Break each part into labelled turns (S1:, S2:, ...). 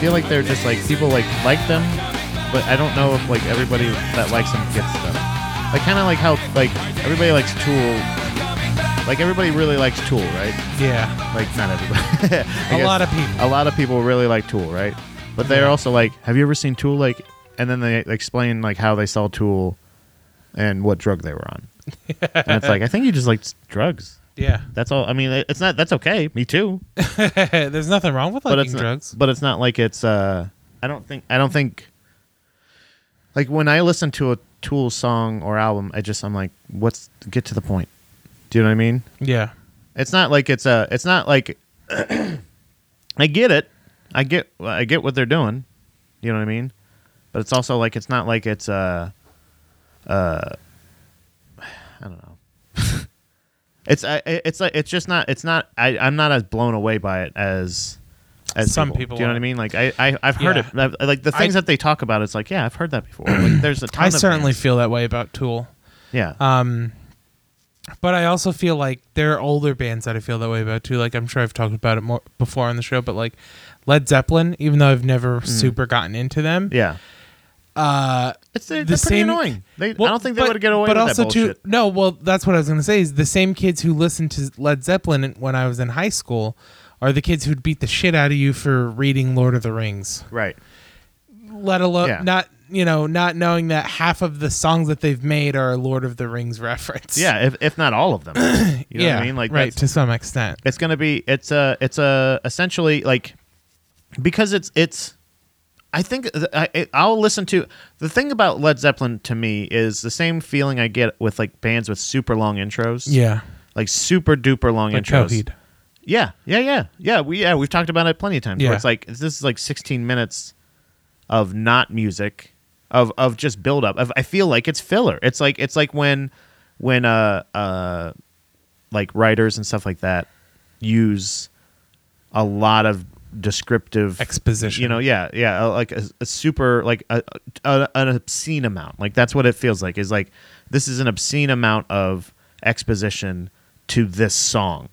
S1: feel like they're just like people like like them, but I don't know if like everybody that likes them gets them. Like kind of like how like everybody likes Tool. Like everybody really likes Tool, right?
S2: Yeah.
S1: Like not everybody.
S2: A
S1: A
S2: lot of people.
S1: A lot of people really like Tool, right? But they're also like, have you ever seen Tool? Like, and then they explain like how they saw Tool, and what drug they were on. and it's like I think you just liked drugs.
S2: Yeah.
S1: That's all. I mean, it's not. That's okay. Me too.
S2: There's nothing wrong with
S1: but
S2: liking
S1: it's not,
S2: drugs.
S1: But it's not like it's. Uh, I don't think. I don't think. Like when I listen to a Tool song or album, I just I'm like, what's get to the point? Do you know what I mean?
S2: yeah.
S1: It's not like it's a. It's not like. I get it. I get. I get what they're doing. You know what I mean? But it's also like it's not like it's uh Uh, I don't know. it's I. It's like it's just not. It's not. I. I'm not as blown away by it as. As
S2: Some people
S1: do you know
S2: are.
S1: what I mean? Like I, I I've heard
S2: Yeah.
S1: it. Like the things
S2: I-
S1: that they talk about, it's like yeah, I've heard that before. Like there's a ton.
S2: I
S1: of
S2: certainly
S1: bands.
S2: feel that way about Tool.
S1: yeah.
S2: Um, but I also feel like there are older bands that I feel that way about too. Like I'm sure I've talked about it more before on the show, but like Led Zeppelin, even though I've never super gotten into them,
S1: Mm. yeah.
S2: uh,
S1: It's they're,
S2: the
S1: they're pretty
S2: same-
S1: annoying. They,
S2: well,
S1: I don't think they
S2: but-
S1: would get away
S2: but
S1: with
S2: also
S1: that
S2: too-
S1: bullshit.
S2: no, well, that's what I was gonna say. Is the same kids who listened to Led Zeppelin in- when I was in high school are the kids who'd beat the shit out of you for reading Lord of the Rings.
S1: Right.
S2: Let alone
S1: Yeah.
S2: not you know not knowing that half of the songs that they've made are a Lord of the Rings reference.
S1: Yeah, if, if not all of them. You know
S2: yeah,
S1: what I mean? Like
S2: right
S1: right.
S2: to some extent.
S1: it's gonna be it's a it's a essentially like because it's it's I think th- I, I- I'll listen to the thing about Led Zeppelin to me is the same feeling I get with like bands with super long intros.
S2: Yeah,
S1: Like super duper long
S2: like
S1: intros.
S2: Coheed.
S1: Yeah, yeah, yeah, yeah. We yeah we've talked about it plenty of times.
S2: Yeah.
S1: Where it's like this is like 16 minutes of not music, of of just build up. Of, I feel like it's filler. It's like it's like when when uh uh like writers and stuff like that use a lot of descriptive
S2: Exposition.
S1: You know, yeah, yeah, uh, like a, a super like a, a, an obscene amount. Like that's what it feels like. Is like this is an obscene amount of exposition to this song.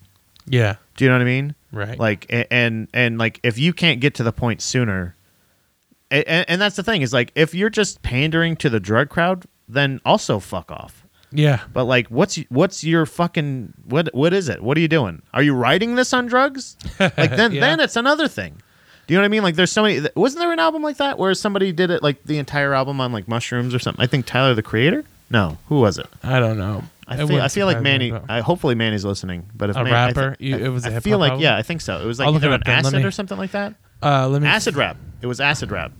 S2: Yeah.
S1: Do you know what I mean?
S2: Right.
S1: Like a- and and like if you can't get to the point sooner, and, and that's the thing is like if you're just pandering to the drug crowd, then also fuck off.
S2: Yeah.
S1: But like, what's what's your fucking what what is it? What are you doing? Are you writing this on drugs? Like then
S2: Yeah.
S1: then it's another thing. Do you know what I mean? Like there's so many. th- Wasn't there an album like that where somebody did it like the entire album on like mushrooms or something? I think Tyler the Creator. No, who was it?
S2: I don't know. It
S1: I feel, I
S2: wouldn't
S1: feel like
S2: surprise me,
S1: Manny.
S2: but-
S1: I, hopefully Manny's listening. But if
S2: A
S1: Manny, I thi-
S2: rapper? You-
S1: I-
S2: it was a
S1: I
S2: hip
S1: feel
S2: hop
S1: like
S2: album?
S1: yeah, I think so. It was like
S2: I'll look
S1: either
S2: it
S1: an
S2: up then, let
S1: acid
S2: me-
S1: or something like that.
S2: uh, let me.
S1: Acid rap. It was acid rap.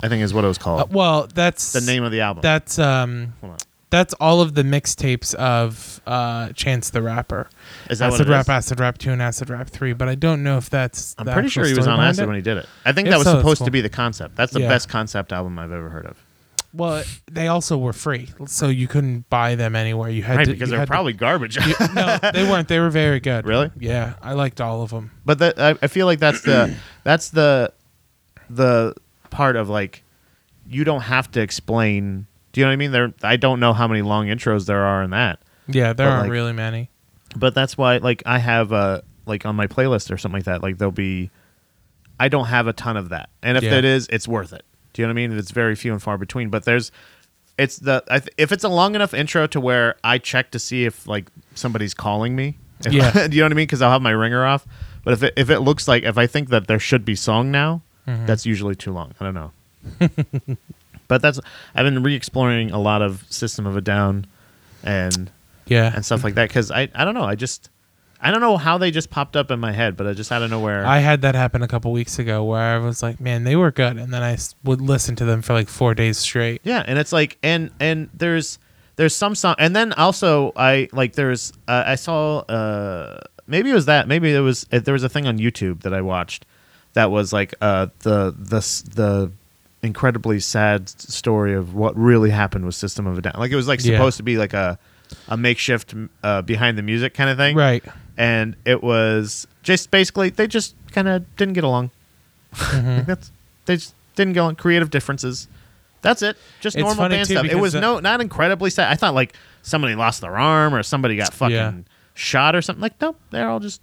S1: I think is what it was called.
S2: Uh, well, that's
S1: the name of the album.
S2: That's um.
S1: Hold on.
S2: That's all of the mixtapes of uh, Chance the Rapper.
S1: Is that what
S2: acid
S1: it
S2: Rap,
S1: is?
S2: Acid Rap Two, and Acid Rap Three. But I don't know if that's.
S1: I'm
S2: the
S1: pretty
S2: actual
S1: sure he was
S2: story
S1: on
S2: behind
S1: acid
S2: it.
S1: when he did it. I think
S2: If
S1: that was
S2: so, that's
S1: supposed
S2: cool.
S1: to be the concept. That's the
S2: Yeah.
S1: best concept album I've ever heard of.
S2: Well, they also were free, so you couldn't buy them anywhere. You had
S1: Right,
S2: to
S1: because
S2: you
S1: they're
S2: had to-
S1: probably garbage.
S2: no, they weren't. They were very good.
S1: Really?
S2: Yeah, I liked all of them.
S1: but that I, I feel like that's the that's the the part of like you don't have to explain. Do you know what I mean? There, I don't know how many long intros there are in that.
S2: Yeah, there
S1: But,
S2: aren't
S1: like,
S2: really many.
S1: but that's why like i have uh like on my playlist or something like that like there'll be i don't have a ton of that and if
S2: Yeah.
S1: it is it's worth it do you know what i mean it's very few and far between but there's it's the I th- if it's a long enough intro to where i check to see if like somebody's calling me If-
S2: Yeah.
S1: do you know what i mean because i'll have my ringer off but if it, if it looks like if i think that there should be song now
S2: Mm-hmm.
S1: that's usually too long i don't know but that's i've been re-exploring a lot of system of a down and
S2: Yeah,
S1: and stuff like that because I, I don't know i just i don't know how they just popped up in my head but i just out of nowhere
S2: I had that happen a couple weeks ago where I was like, man, they were good. And then I s- would listen to them for like four days straight.
S1: yeah and it's like and and there's there's some song and then also i like there's uh, i saw uh maybe it was that maybe it was uh, there was a thing on youtube that i watched that was like uh the the s- the incredibly sad s- story of what really happened with system of a down like it was like
S2: Yeah.
S1: supposed to be like a a makeshift uh, behind the music kind of thing
S2: Right.
S1: and it was just basically they just kind of didn't get along.
S2: Mm-hmm.
S1: like that's they just didn't get along. Creative differences. That's it. Just
S2: It's
S1: normal
S2: funny
S1: band
S2: too,
S1: stuff. It
S2: because
S1: was
S2: the-
S1: no not incredibly sad. I thought like somebody lost their arm or somebody got fucking
S2: Yeah.
S1: shot or something. Like nope, they're all just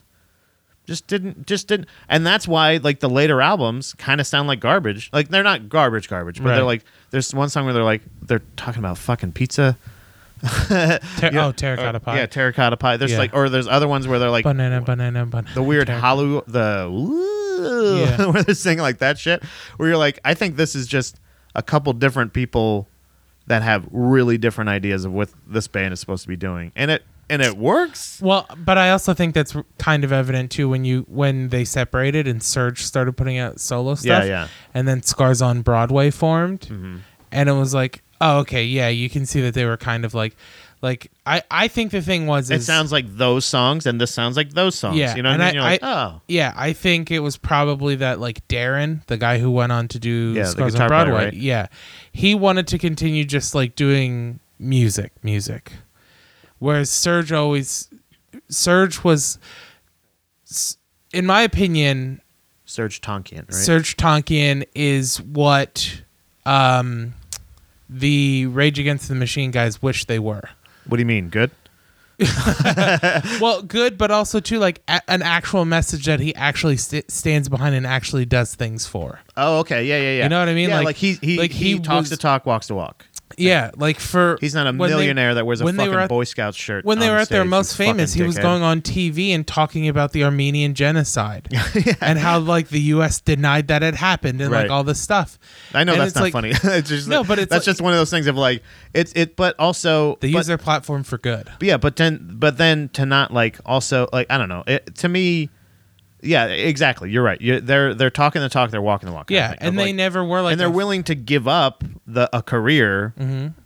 S1: just didn't just didn't and that's why like the later albums kind of sound like garbage like they're not garbage garbage but
S2: Right.
S1: they're like there's one song where they're like they're talking about fucking pizza
S2: Ter-
S1: Yeah.
S2: Oh, terracotta
S1: Or-
S2: pie.
S1: yeah terracotta pie there's
S2: Yeah.
S1: like or there's other ones where they're like
S2: banana, banana, banana.
S1: the weird
S2: terracotta-
S1: hollow the ooh,
S2: Yeah.
S1: where they're singing like that shit where you're like i think this is just a couple different people that have really different ideas of what this band is supposed to be doing and it and it works
S2: Well, but I also think that's r- kind of evident too when you when they separated and Surge started putting out solo stuff.
S1: yeah. Mm-hmm.
S2: And then Scars on Broadway formed, and it was like, oh, okay, yeah, you can see that they were kind of like, like I I think the thing was
S1: it
S2: is-
S1: sounds like those songs and this sounds like those songs
S2: Yeah,
S1: you know what
S2: and
S1: i
S2: I-
S1: mean you're like
S2: I-
S1: oh
S2: Yeah, I think it was probably that like Darren, the guy who went on to do
S1: Yeah, the
S2: Scars on
S1: guitar player,
S2: Broadway.
S1: right?
S2: Yeah. He wanted to continue just like doing music, music. Whereas Serge always Serge was s- in my opinion,
S1: serge tonkian right
S2: Serge Tonkian is what um the Rage Against the Machine guys wish they were.
S1: what do you mean good
S2: well, good, but also too like a- an actual message that he actually st- stands behind and actually does things for.
S1: oh okay yeah yeah yeah
S2: You know what I mean?
S1: yeah,
S2: Like-
S1: like, he he,
S2: like,
S1: he,
S2: he
S1: talks
S2: was-
S1: the talk walks the walk
S2: Yeah, like for
S1: he's not a
S2: when they-
S1: millionaire that wears a
S2: when they
S1: fucking
S2: were at-
S1: boy scout shirt
S2: When they
S1: on
S2: were at their
S1: stage,
S2: most
S1: you fucking
S2: famous, he was
S1: dickhead.
S2: going on TV and talking about the Armenian genocide and how like the U.S. denied that it happened and like
S1: Right.
S2: all this stuff.
S1: I know
S2: And
S1: that's
S2: it's
S1: not
S2: like,
S1: funny. it's just
S2: No,
S1: like-
S2: but it's
S1: that's
S2: like-
S1: just one of those things of like it's it. But also,
S2: They
S1: but,
S2: use their platform for good.
S1: yeah, but then but then to not like also like I don't know. It, to me, yeah, exactly. You're right. you they're they're talking the talk. They're walking the walk. kind of
S2: Yeah,
S1: thing.
S2: and
S1: Of,
S2: they
S1: like-
S2: never were like Mm-hmm.
S1: and they're
S2: a-
S1: willing to give up the a career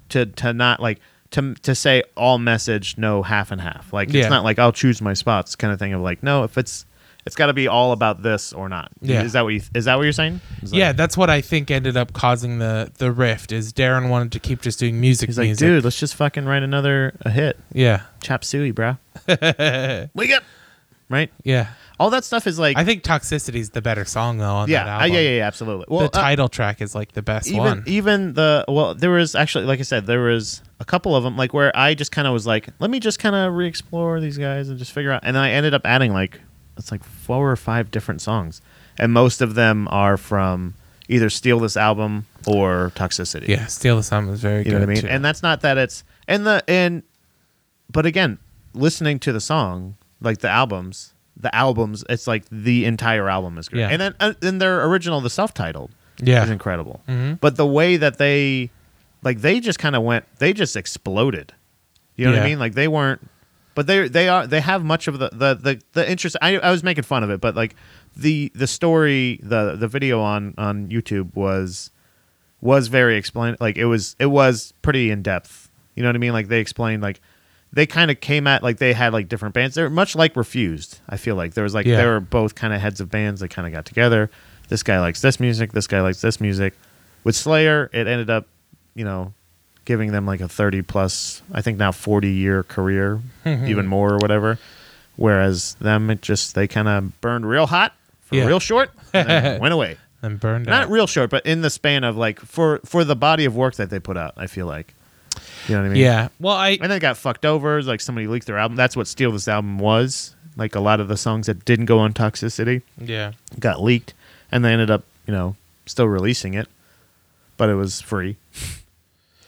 S1: to to not like. To, to say all message no half and half like
S2: Yeah.
S1: it's not like I'll choose my spots kind of thing of like no if it's it's got to be all about this or not
S2: Yeah.
S1: is that what you is that what you're saying It's like-
S2: yeah, that's what I think ended up causing the the rift. Is Darren wanted to keep just doing music?
S1: he's like
S2: music.
S1: dude let's just fucking write another a hit
S2: Yeah,
S1: chop suey, bro. Wake up. Right?
S2: yeah.
S1: All that stuff is like
S2: I think Toxicity is the better song though on that
S1: yeah, uh,
S2: album.
S1: yeah, yeah, yeah, absolutely. Well,
S2: the
S1: uh,
S2: title track is like the best
S1: even e
S2: one.
S1: even the well, there was actually like I said, there was a couple of them like where I just kind of was like, let me just kind of re-explore these guys and just figure out and I ended up adding like it's like four or five different songs. And most of them are from either Steal This Album or Toxicity.
S2: yeah, Steal the Sun was very
S1: You
S2: good.
S1: know what I mean?
S2: too.
S1: And that's not that it's and the and but again, listening to the song, like the albums, the albums, it's like the entire album is great.
S2: Yeah.
S1: And then uh, and their original, the self-titled,
S2: Yeah. Mm-hmm.
S1: is incredible. But the way that they like they just kind of went, they just exploded. You know what I
S2: Yeah.
S1: mean? Like they weren't but they they are they have much of the the the, the interest I, I was making fun of it, but like the the story the the video on on YouTube was was very explain like it was it was pretty in depth. You know what I mean? Like they explained like they kind of came at like they had like different bands. They're much like refused. I feel like there was like
S2: Yeah.
S1: they were both kind of heads of bands. They kind of got together. This guy likes this music. This guy likes this music. With Slayer, it ended up you know giving them like a thirty plus. I think now forty year career,
S2: Mm-hmm.
S1: even more or whatever. Whereas them, it just they kind of burned real hot for
S2: Yeah.
S1: real short and then went away
S2: and burned
S1: not
S2: out.
S1: real short, but in the span of like for for the body of work that they put out, I feel like. You know what I mean?
S2: yeah. Well, I
S1: And they got fucked over. Like somebody leaked their album. That's what Steal This Album was. Like a lot of the songs that didn't go on Toxicity
S2: yeah.
S1: got leaked, and they ended up, you know, still releasing it, but it was free.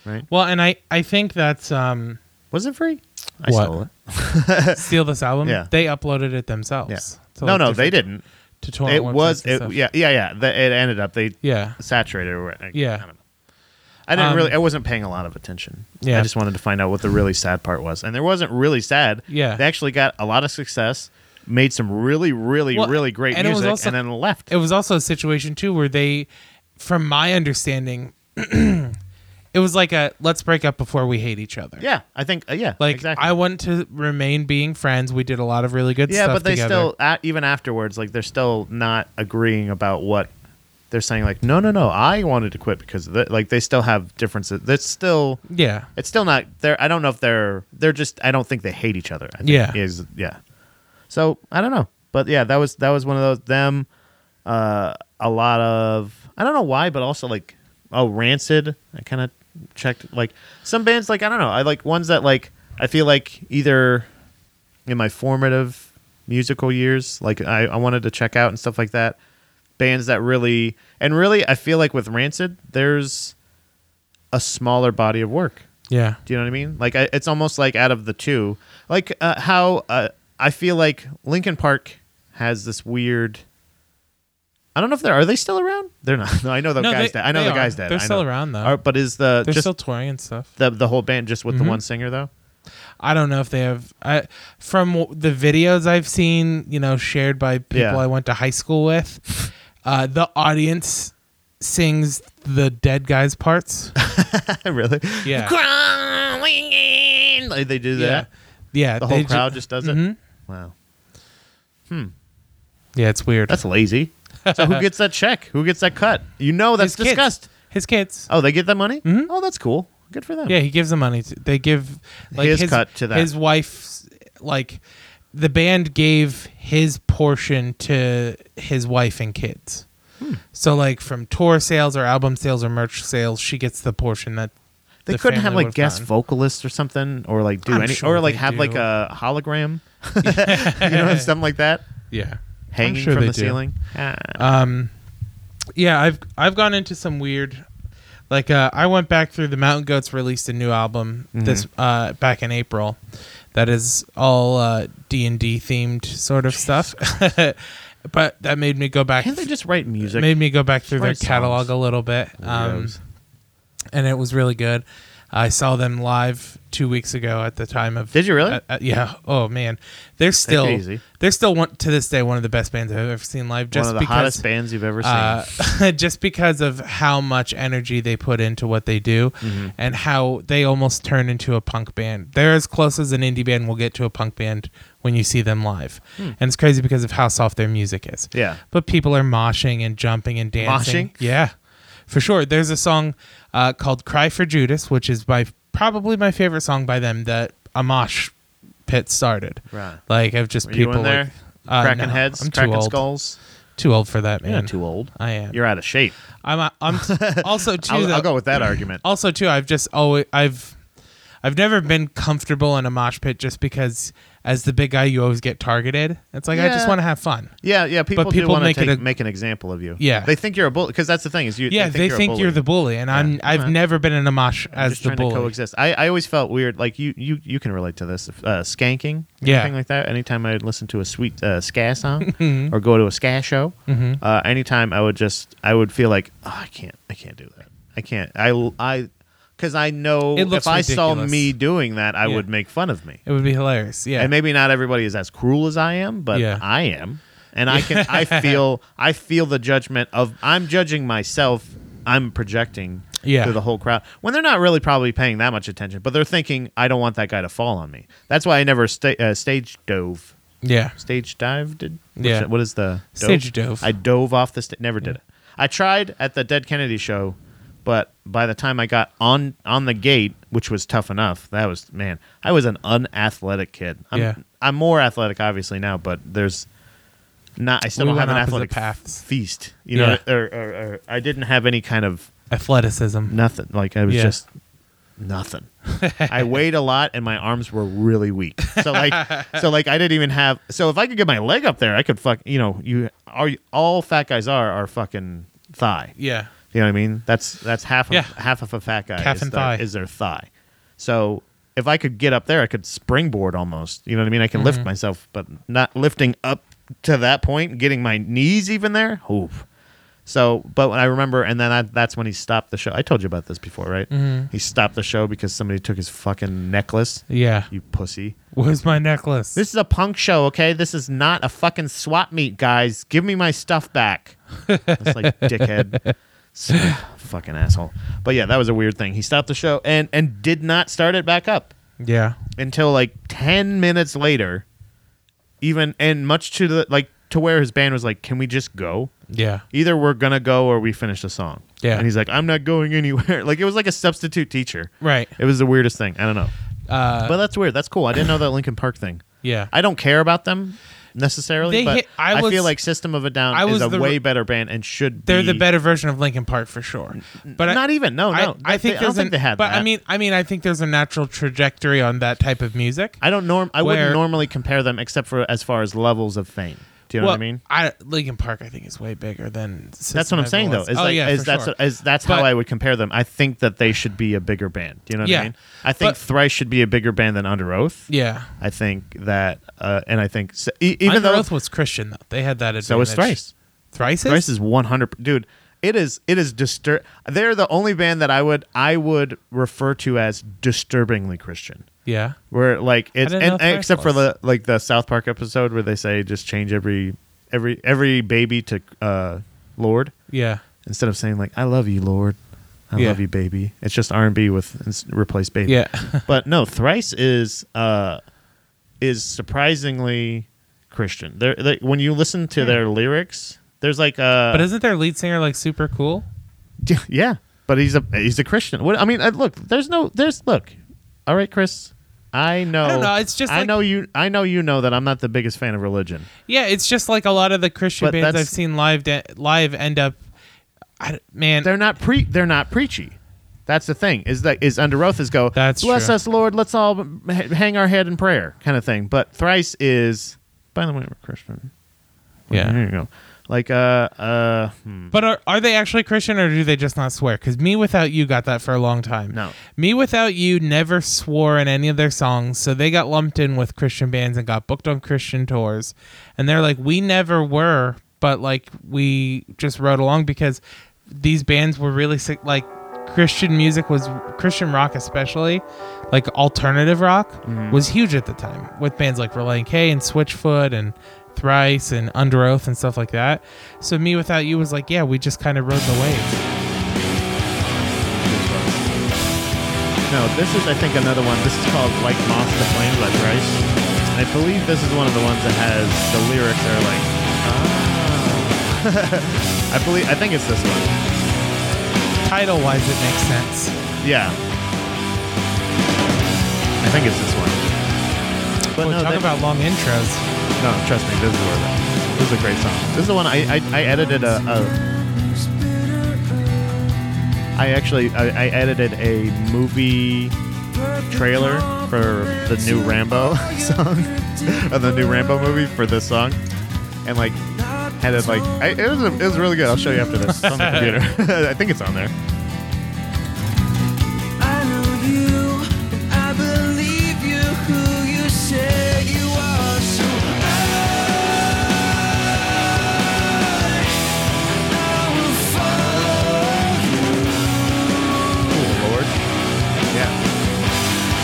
S1: Right?
S2: Well, and I I think that's um
S1: Was it free? I
S2: What?
S1: stole it.
S2: Steal this album.
S1: Yeah.
S2: They uploaded it themselves.
S1: Yeah.
S2: to,
S1: No,
S2: like,
S1: no, they
S2: different-
S1: didn't.
S2: To torrent
S1: It
S2: websites
S1: was.
S2: and
S1: It,
S2: stuff.
S1: yeah, yeah, yeah. The, it ended up. They
S2: Yeah.
S1: saturated or what- I-
S2: Yeah.
S1: I, don't know. I didn't
S2: Um,
S1: really I wasn't paying a lot of attention.
S2: Yeah.
S1: I just wanted to find out what the really sad part was. And there wasn't really sad.
S2: Yeah.
S1: They actually got a lot of success, made some really, really,
S2: Well,
S1: really great
S2: and it was
S1: music,
S2: also-
S1: and then left.
S2: It was also a situation too where they, from my understanding, it was like a let's break up before we hate each other.
S1: yeah. I think uh, yeah.
S2: Like
S1: exactly.
S2: I want to remain being friends. We did a lot of really good
S1: yeah,
S2: stuff.
S1: but they
S2: together.
S1: still a even afterwards, like they're still not agreeing about what they're saying. Like, no, no, no, I wanted to quit because of th-. like they still have differences. That's still
S2: Yeah.
S1: It's still not there. I don't know if they're they're just. I don't think they hate each other. I think
S2: Yeah.
S1: is yeah. So I don't know, but yeah, that was that was one of those them. Uh, a lot of I don't know why, but also like oh rancid. I kind of checked like some bands like I don't know. I like ones that like I feel like either in my formative musical years. Like I, I wanted to check out and stuff like that. Bands that really and really I feel like with Rancid, there's a smaller body of work.
S2: Yeah.
S1: Do you know what I mean? Like I, it's almost like out of the two, like uh, how uh, I feel like Lincoln Park has this weird. I don't know if they're are they still around? They're not. No, I know the
S2: No,
S1: guys
S2: they-
S1: dead. I know
S2: they
S1: the guys
S2: are.
S1: dead.
S2: They're
S1: I
S2: still
S1: know.
S2: around, though.
S1: Are- but is the
S2: They're
S1: just
S2: still touring and stuff.
S1: the the whole band just with
S2: Mhm.
S1: the one singer though?
S2: I don't know if they have. I from w- the videos I've seen, you know, shared by people
S1: Yeah.
S2: I went to high school with, uh, the audience sings the dead guys parts.
S1: really?
S2: Yeah.
S1: Crawling in. Like they do
S2: yeah,
S1: that.
S2: yeah.
S1: The whole
S2: they ju-
S1: crowd just does it.
S2: Mhm.
S1: Wow.
S2: Yeah, it's weird.
S1: That's lazy. so who gets that check? Who gets that cut? You know that's
S2: His kids.
S1: discussed.
S2: His kids.
S1: Oh, they get that money?
S2: Mhm.
S1: Oh, that's cool. Good for them.
S2: Yeah, he gives them money. To, they give like
S1: His cut to that.
S2: His wife's like the band gave his portion to his wife and kids.
S1: Hmm.
S2: So like from tour sales or album sales or merch sales, she gets the portion that
S1: They
S2: the
S1: couldn't have
S2: family
S1: like
S2: would've
S1: guest
S2: gotten.
S1: vocalists or something, or like do
S2: I'm
S1: any,
S2: sure
S1: or like
S2: they
S1: have like
S2: do.
S1: a hologram, you know, something like that,
S2: Yeah.
S1: hanging
S2: sure
S1: from
S2: they
S1: the
S2: do.
S1: ceiling. Ah.
S2: Um yeah, I've I've gone into some weird like uh, I went back through the Mountain Goats released a new album
S1: Mm-hmm.
S2: this uh, back in April that is all uh, D and D themed sort of stuff, but that made me go back.
S1: Can't they just write music?
S2: made me go back through their
S1: Write songs.
S2: catalog a little bit, um,
S1: Weirdos.
S2: and it was really good. I saw them live two weeks ago at the time of.
S1: Did you really?
S2: uh, uh, yeah. Oh man, they're still
S1: easy.
S2: they're still one to this day one of the best bands I've ever seen live. Just
S1: One of the
S2: because
S1: hottest bands you've ever seen.
S2: uh, just because of how much energy they put into what they do
S1: Mm-hmm.
S2: and how they almost turn into a punk band. They're as close as an indie band will get to a punk band when you see them live. And it's crazy because of how soft their music is.
S1: Hmm. Yeah.
S2: But people are moshing and jumping and dancing.
S1: Moshing?
S2: Yeah. For sure. There's a song uh, called Cry for Judas, which is my probably my favorite song by them that a mosh pit started.
S1: Right.
S2: Like I've just
S1: Were you
S2: people
S1: in there?
S2: like, uh,
S1: cracking
S2: no,
S1: heads,
S2: I'm too
S1: cracking
S2: old.
S1: skulls.
S2: Too old for that, man.
S1: You're not too old.
S2: I am.
S1: You're out of shape.
S2: I'm I'm also too.
S1: I'll,
S2: though-
S1: I'll go with that argument.
S2: Also too, I've just always I've I've never been comfortable in a mosh pit just because as the big guy you always get targeted. It's like I just
S1: Yeah.
S2: want to have fun.
S1: Yeah, yeah. People, do
S2: people
S1: want
S2: make
S1: to
S2: it a-
S1: make an example of you.
S2: Yeah.
S1: They think you're a bully because that's the thing is you.
S2: Yeah, they think,
S1: you're,
S2: you're,
S1: a bully.
S2: the bully, and I'm I've
S1: Alright.
S2: never been in a mosh
S1: I'm
S2: as
S1: just
S2: the
S1: trying
S2: bully.
S1: to coexist. I, I always felt weird. Like you, you, you can relate to this. Uh, skanking,
S2: Yeah.
S1: anything like that. Anytime I'd listen to a sweet uh, ska song
S2: Mm-hmm.
S1: or go to a ska show, uh, anytime I would just, I would feel like oh, I can't, I can't do that. I can't. I, I, because I know
S2: It
S1: if
S2: looks
S1: I saw
S2: ridiculous.
S1: me doing that, I
S2: Yeah.
S1: would make fun of me.
S2: It would be hilarious. Yeah,
S1: And maybe not everybody is as cruel as I am, but
S2: Yeah.
S1: I am, and I can. I feel. I feel the judgment of. I'm judging myself. I'm projecting
S2: Yeah.
S1: to the whole crowd when they're not really probably paying that much attention, but they're thinking, "I don't want that guy to fall on me." That's why I never sta- uh, stage dove,
S2: yeah.
S1: stage dive. Did What's
S2: Yeah.
S1: that- What is the dove?
S2: Stage dove.
S1: I dove off the stage. Never did it. I tried at the Dead Kennedy show, but by the time I got on on the gate, which was tough enough, that was man. I was an unathletic kid. I'm,
S2: Yeah.
S1: I'm more athletic obviously now, but there's not. I still
S2: We
S1: don't have an
S2: went opposite
S1: athletic
S2: paths.
S1: feast. You know,
S2: Yeah.
S1: or, or, or I didn't have any kind of
S2: Athleticism.
S1: nothing. Like I was
S2: Yeah.
S1: just nothing. I weighed a lot and my arms were really weak. So like so like I didn't even have so if I could get my leg up there, I could fuck you know, you are all fat guys are are fucking thigh.
S2: Yeah,
S1: You know what I mean? That's that's half of
S2: Yeah.
S1: half of a fat guy
S2: Calf
S1: is,
S2: and
S1: their,
S2: thigh.
S1: is their thigh. So if I could get up there, I could springboard almost. You know what I mean? I can
S2: Mm-hmm.
S1: lift myself, but not lifting up to that point, getting my knees even there. Oof. So, but I remember, and then I, that's when he stopped the show. I told you about this before, right?
S2: Mm-hmm.
S1: He stopped the show because somebody took his fucking necklace.
S2: yeah.
S1: You pussy.
S2: Where's my necklace?
S1: This is a punk show, okay? This is not a fucking swap meet, guys. Give me my stuff back. It's like dickhead. So, fucking asshole. But yeah, that was a weird thing. He stopped the show and and did not start it back up
S2: yeah,
S1: until like 10 minutes later. Even and much to the like to where his band was like, "Can we just go?
S2: yeah,
S1: Either we're going to go or we finish the song."
S2: Yeah.
S1: And he's like, "I'm not going anywhere." Like it was like a substitute teacher.
S2: right.
S1: It was the weirdest thing. I don't know.
S2: Uh,
S1: But that's weird. That's cool. I didn't know that Lincoln Park thing.
S2: yeah,
S1: I don't care about them, necessarily,
S2: They
S1: but
S2: hit- I
S1: I,
S2: was-
S1: feel like System of a Down
S2: I
S1: is
S2: was
S1: a
S2: the-
S1: way better band and should.
S2: They're
S1: be,
S2: the better version of Linkin Park for sure. But I-
S1: not even no,
S2: I,
S1: Oh, no.
S2: I think
S1: they, I
S2: there's
S1: don't think
S2: an-
S1: they had
S2: But
S1: that.
S2: I mean, I mean, I think there's a natural trajectory on that type of music.
S1: I don't norm. I
S2: where-
S1: wouldn't normally compare them except for as far as levels of fame. Do you know
S2: well,
S1: what I mean?
S2: I Linkin Park, I think, is way bigger than.
S1: That's what I'm saying though. Is
S2: Oh,
S1: like is that's is that's how
S2: But-
S1: I would compare them. I think that they should be a bigger band. Do you know what
S2: Yeah.
S1: I mean? I think
S2: But-
S1: Thrice should be a bigger band than Under Oath.
S2: yeah.
S1: I think that, uh, and I think s- e- even
S2: Even Under
S1: though
S2: Oath was Christian though, they had that advantage.
S1: so is Thrice.
S2: Thrice. is?
S1: Thrice is 100 dude it is it is disturb they're the only band that i would i would refer to as disturbingly christian
S2: Yeah.
S1: where like it's
S2: didn't know
S1: and, and
S2: Thrice
S1: except for
S2: was.
S1: the like the south park episode where they say just change every every every baby to uh lord
S2: Yeah.
S1: instead of saying like i love you lord i
S2: Yeah.
S1: love you baby it's just r&b with ins- replace baby
S2: Yeah.
S1: but no thrice is uh is surprisingly christian they're, they when you listen to their lyrics there's like uh
S2: Hmm. but isn't their lead singer like super cool?
S1: D- Yeah, but he's a he's a Christian. What I mean, I, look, there's no there's look. All right, Chris. I know.
S2: I don't know, it's just
S1: I
S2: like-
S1: know you. I know you know that I'm not the biggest fan of religion.
S2: Yeah, it's just like a lot of the Christian
S1: But
S2: bands
S1: that's-
S2: I've seen live de- live end up. I, d- man,
S1: They're not pre. They're not preachy. That's the thing. Is that is under oath is go.
S2: That's
S1: bless
S2: true.
S1: us, Lord. Let's all h- hang our head in prayer, kind of thing. But thrice is. By the way, we're Christian.
S2: yeah.
S1: There you go. Like uh uh. hmm.
S2: But are, are they actually Christian or do they just not swear? Because Me Without You got that for a long time.
S1: No.
S2: Me Without You never swore in any of their songs, so they got lumped in with Christian bands and got booked on Christian tours. And they're like, we never were, but like we just rode along because these bands were really sick. Like Christian music was, Christian rock especially, like alternative rock was huge at the time with bands like Relay K and Switchfoot and Thrice and Under Oath and stuff like that. So Me Without You was like, yeah, we just kind of rode the wave.
S1: No, this is I think another one. This is called Like Moth to Flame by Thrice. I believe this is one of the ones that has the lyrics that are like. ah. I believe I think it's this one.
S2: Title wise, it makes sense.
S1: Yeah. I think it's this one. But
S2: Boy,
S1: no,
S2: talk
S1: they-
S2: about long intros.
S1: no, trust me, this is worth it. This is a great song. This is the one I I, I edited a, a. I actually I, I edited a movie trailer for the new Rambo song, or the new Rambo movie for this song, and like had it like I, it was a, it was really good. I'll show you after this it's on the computer. I think it's on there.
S3: I know you, and I believe you who you say you are. So I, I will follow
S1: Oh Lord, yeah,